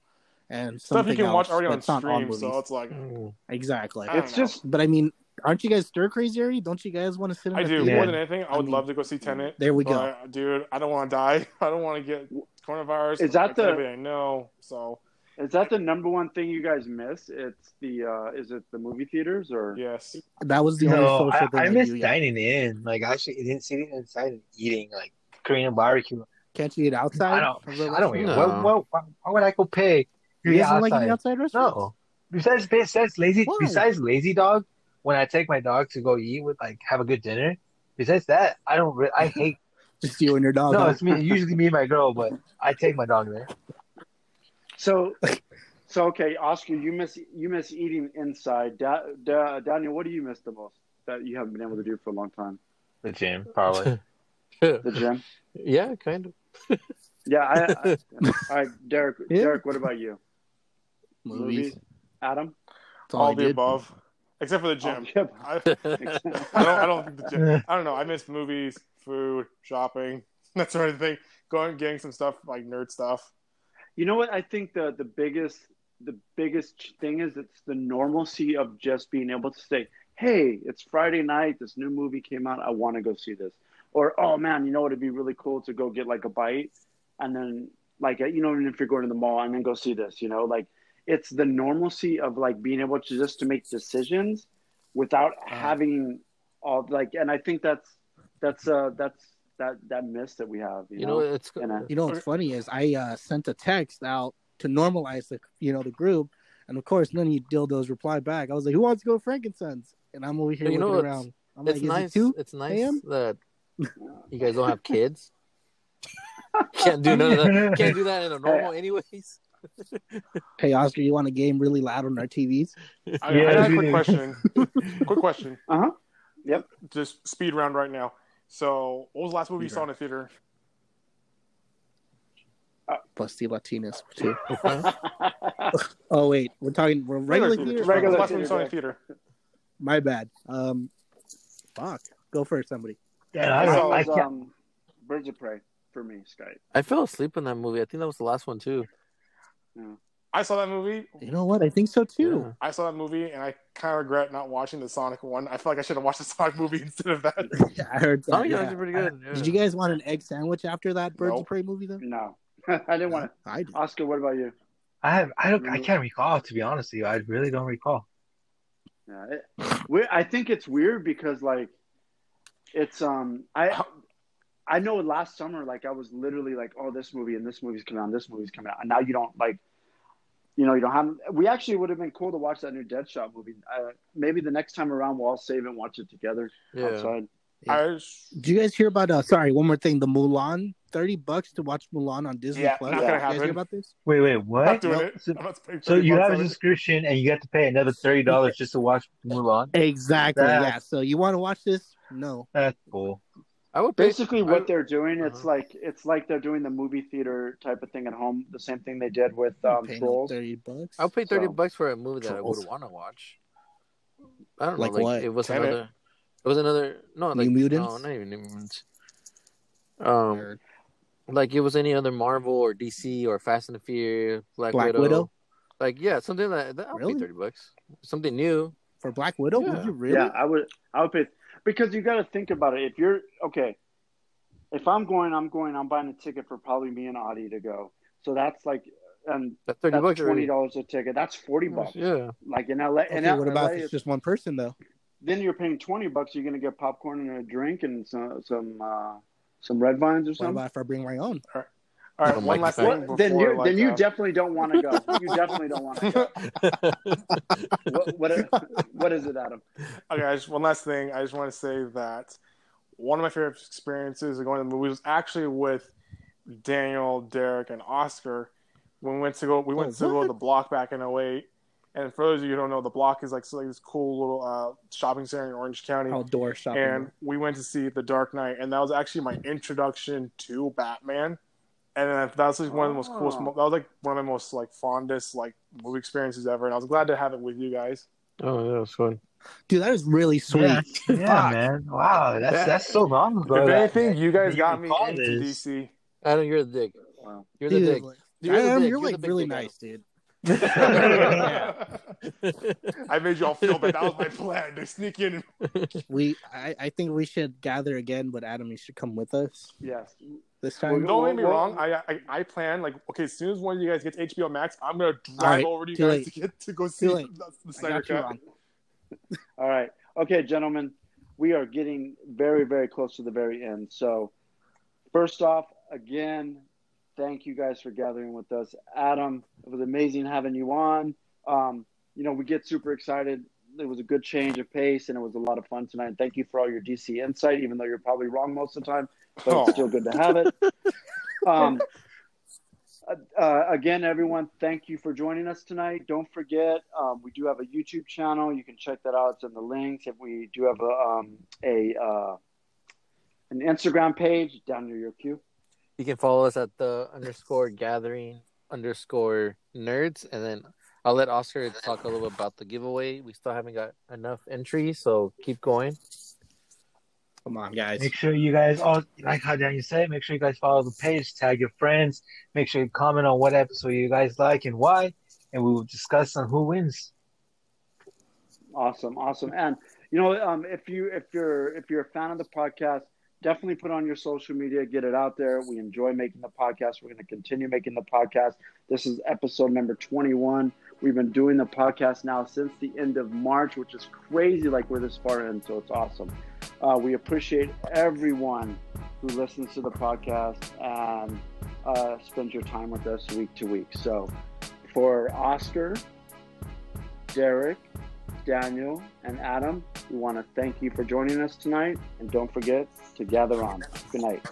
E: and
F: Stuff
E: something
F: you can
E: else,
F: watch already
E: but
F: on
E: it's not all
F: stream, so
E: movies.
F: it's like
E: Mm. exactly.
F: I don't
B: it's
F: know.
B: just
E: But I mean, aren't you guys stir crazy already? Don't you guys want to sit in
F: I
E: the
F: do
E: theater?
F: more
C: Yeah.
F: than anything. I
E: Mm-hmm. I mean,
F: would
E: Mm-hmm.
F: love to go see Tenant.
E: There we go.
F: But, dude, I don't want to die. I don't want to get coronavirus.
B: Is that
F: It's
B: the-
F: everybody I know? So
B: is that the number one thing you guys miss? It's the uh, is it the movie theaters or
F: yes,
E: that was the only
C: No,
E: social
C: I,
E: thing
C: I
E: I
C: miss
E: do, yeah.
C: dining in. Like, actually, I didn't see it inside and eating like Korean barbecue.
E: Can't you eat outside?
C: I don't.
E: of the
C: I don't.
E: restaurant?
C: Eat.
D: No.
C: Why, why, why, why would I go pay?
E: You
C: to eat
E: guys don't like
C: outside?
E: eating outside restaurants?
D: No.
C: Besides, besides lazy,
E: Why?
C: besides lazy dog, when I take my dog to go eat with like have a good dinner. Besides that, I don't. Re- I hate.
E: Just you and your dog.
C: Oh, no,
E: huh?
C: it's me. Usually me and my girl, but I take my dog there.
B: So, so okay, Oscar, you miss you miss eating inside. Da, da, Daniel, what do you miss the most that you haven't been able to do for a long time?
C: The gym, probably.
B: The gym.
D: yeah, kind of.
B: Yeah. I, I, all right, Derek.
E: Yeah.
B: Derek, what about you?
E: Movies.
B: Adam.
E: That's all
F: all
E: I
F: the
E: did.
F: above, except for the gym.
B: Oh, yeah.
F: I, I don't. I don't think the gym. I don't know. I miss movies, food, shopping, that sort of thing. Going and getting some stuff like nerd stuff.
B: You know what? I think the the biggest the biggest ch- thing is it's the normalcy of just being able to say, "Hey, it's Friday night. This new movie came out. I want to go see this." Or, "Oh man, you know it'd be really cool to go get like a bite, and then like you know even if you're going to the mall and then go see this." You know, like it's the normalcy of like being able to just to make decisions without having all like, and I think that's that's uh that's that that miss that we have. You,
D: You know, it's
B: and I-
E: You know what's funny is I uh, sent a text out to normalize the you know the group, and of course none of you dildos replied back. I was like, "Who wants to go to Frankenstein's?" And I'm over here
D: You know what's-
E: looking around. I'm
D: it's
E: like, "Is
D: nice.
E: it two?
D: It's nice
E: a.m.?
D: that you guys don't have kids. Can't do none of that. Can't do that in a normal, anyways.
E: Hey Oscar, you want a game really loud on our TVs?"
F: I,
C: Yeah,
F: I got
C: we
F: a quick
C: do.
F: question. quick question.
B: Uh-huh. Yep.
F: Just speed round right now. So, what was the last movie you saw in the theater?
E: Plus the Latinas too.
B: Uh-huh.
E: Oh wait, we're talking we're regular theater.
B: Regular
F: What was the last movie you saw in
B: theater.
F: the theater.
E: My bad. Um, fuck. Go first, somebody.
C: Yeah, I,
B: I
C: don't,
B: saw
C: I
B: was,
C: can't.
B: um, Birds of Prey for me, Skype.
D: I fell asleep in that movie. I think that was the last one too.
F: I saw that movie.
E: You know what? I think so too.
D: Yeah.
F: I saw that movie, and I kind of regret not watching the Sonic one. I feel like I should have watched the Sonic movie instead of that.
E: I heard that.
D: Sonic was
E: yeah.
D: pretty good.
E: Did you guys want an egg sandwich after that Birds
F: No.
E: of Prey movie though?
B: No, I didn't want Uh, to.
E: I did.
B: Oscar, what about you?
C: I have. I don't. I can't recall. To be honest with you, I really don't recall.
B: Yeah, it, we, I think it's weird because like, it's um, I, I know last summer like I was literally like, oh, this movie and this movie's coming out, and this movie's coming out, and now you don't like, you know, you don't have. We actually would have been cool to watch that new Deadshot movie. Uh, maybe the next time around we'll all save it and watch it together
D: Yeah.
B: outside.
F: I,
E: Did you guys hear about? Uh, sorry, one more thing. The Mulan, thirty bucks to watch Mulan on Disney
F: Yeah,
E: Plus.
F: not
E: Did
F: gonna
E: you guys
F: happen.
E: hear about this?
C: Wait, wait,
F: I'm not
C: what?
F: doing
E: No.
F: it.
C: So-
F: I'm not spending
C: So you
F: 30
C: have a
F: bucks on it.
C: subscription and you have to pay another thirty dollars just to watch Mulan.
E: Exactly.
C: That-
E: yeah. So you want to watch this? No.
C: That's cool.
D: I would pay.
B: Basically, what they're doing, it's
D: Uh-huh.
B: like it's like they're doing the movie theater type of thing at home. The same thing they did with
E: I'm
B: um,
E: paying
B: Trolls.
E: thirty bucks.
D: I would pay thirty
B: So-
D: bucks for a movie that I
E: Trolls.
D: would want to watch. I don't know.
E: Like
D: Like,
E: what?
D: it was
F: Tenet.
D: another. It was another. No, like
E: New Mutants?
D: no, not even New Mutants. Um, like it was any other Marvel or DC or Fast and the Furious, Black,
E: Black
D: Widow.
E: Widow?
D: Like yeah, something like that. I'll
E: Really?
D: pay thirty bucks. Something new.
E: for Black Widow? Would
D: Yeah.
E: you really?
B: Yeah, I would. I would pay because you got to think about it. If you're okay, if I'm going, I'm going. I'm buying a ticket for probably me and Audie to go. So that's like, and
D: That thirty
B: that's
D: bucks
B: twenty
D: already.
B: dollars a ticket. That's forty bucks.
D: Yeah.
B: Like in LA, in
E: Oh, Okay, what about
B: LA,
E: if it's just one person though?
B: then you're paying twenty bucks. You're gonna get popcorn and a drink and some some uh, some red vines or
E: What
B: something.
E: about if I bring my own?
F: All right,
D: Oh
F: one
D: my
F: last
D: God.
F: thing. Before,
B: What- then you
F: like,
B: then you
F: uh,
B: definitely don't want to go. You definitely don't want to go. What what what is it, Adam?
F: okay, I just one last thing. I just want to say that one of my favorite experiences of going to the movies was actually with Daniel, Derek, and Oscar. When we went to go, we went
E: Oh,
F: to go
E: what?
F: to the Block back in 08. And for those of you who don't know, the Block is like, so like this cool little uh, shopping center in Orange County.
C: Oh,
E: Outdoor shopping.
F: and we went to see The Dark Knight, and that was actually my introduction to Batman. And uh, that was like one of the most coolest.
B: Oh.
F: Mo- that was like one of the most like fondest like movie experiences ever, and I was glad to have it with you guys.
D: Oh, that was fun.
E: Dude, that is really sweet.
C: Yeah, yeah
E: Fuck.
C: man. Wow, that's
D: Yeah.
C: that's so long ago.
F: if
C: that-
F: anything, you guys
C: you
F: got me
C: recall
F: into
C: this.
F: DC.
D: Adam, you're the dick.
B: Wow.
D: You're the
E: Dude,
D: dick.
E: like-
D: You're the
E: Adam,
D: dick.
E: you're,
D: You're the
E: like
D: big
E: really
D: dick, Adam.
E: nice, dude.
F: I made you all feel bad. That was my plan to sneak in.
E: We, I, I think we should gather again, but Adam, you should come with us
B: Yes.
E: this
F: Don't
E: time.
B: Well,
F: get me
B: well,
F: wrong. I, I I plan like okay. As soon as one of you guys gets HBO Max, I'm gonna drive
E: right,
F: over to you
E: too
F: guys
E: late.
F: to get to go see
E: Too
F: the,
E: late.
F: the
E: I
F: Snyder
E: got you
F: Cut.
E: wrong.
B: All right. Okay, gentlemen, we are getting very, very close to the very end. So, first off, again, thank you guys for gathering with us. Adam, it was amazing having you on. Um, you know, we get super excited. It was a good change of pace, and it was a lot of fun tonight. Thank you for all your DC insight, even though you're probably wrong most of the time, but
F: Oh.
B: it's still good to have it. Um, uh, again, everyone, thank you for joining us tonight. Don't forget, um, we do have a YouTube channel. You can check that out. It's in the links. If we do have a um, a uh, an Instagram page down near your queue.
D: You can follow us at the underscore gathering underscore nerds, and then I'll let Oscar talk a little bit about the giveaway. We still haven't got enough entries, so keep going.
E: Come on, guys.
C: Make sure you guys all like how Daniel said. Make sure you guys follow the page, tag your friends. Make sure you comment on what episode you guys like and why, and we will discuss on who wins.
B: Awesome, awesome. And you know, um, if you if you're if you're a fan of the podcast, definitely put on your social media, get it out there. We enjoy making the podcast. We're going to continue making the podcast. This is episode number 21. We've been doing the podcast now since the end of March, which is crazy. Like we're this far in, so it's awesome. Uh, we appreciate everyone who listens to the podcast and uh, spends your time with us week to week. So, for Oscar, Derek. Daniel, and Adam. We want to thank you for joining us tonight, and don't forget to gather on. Good night.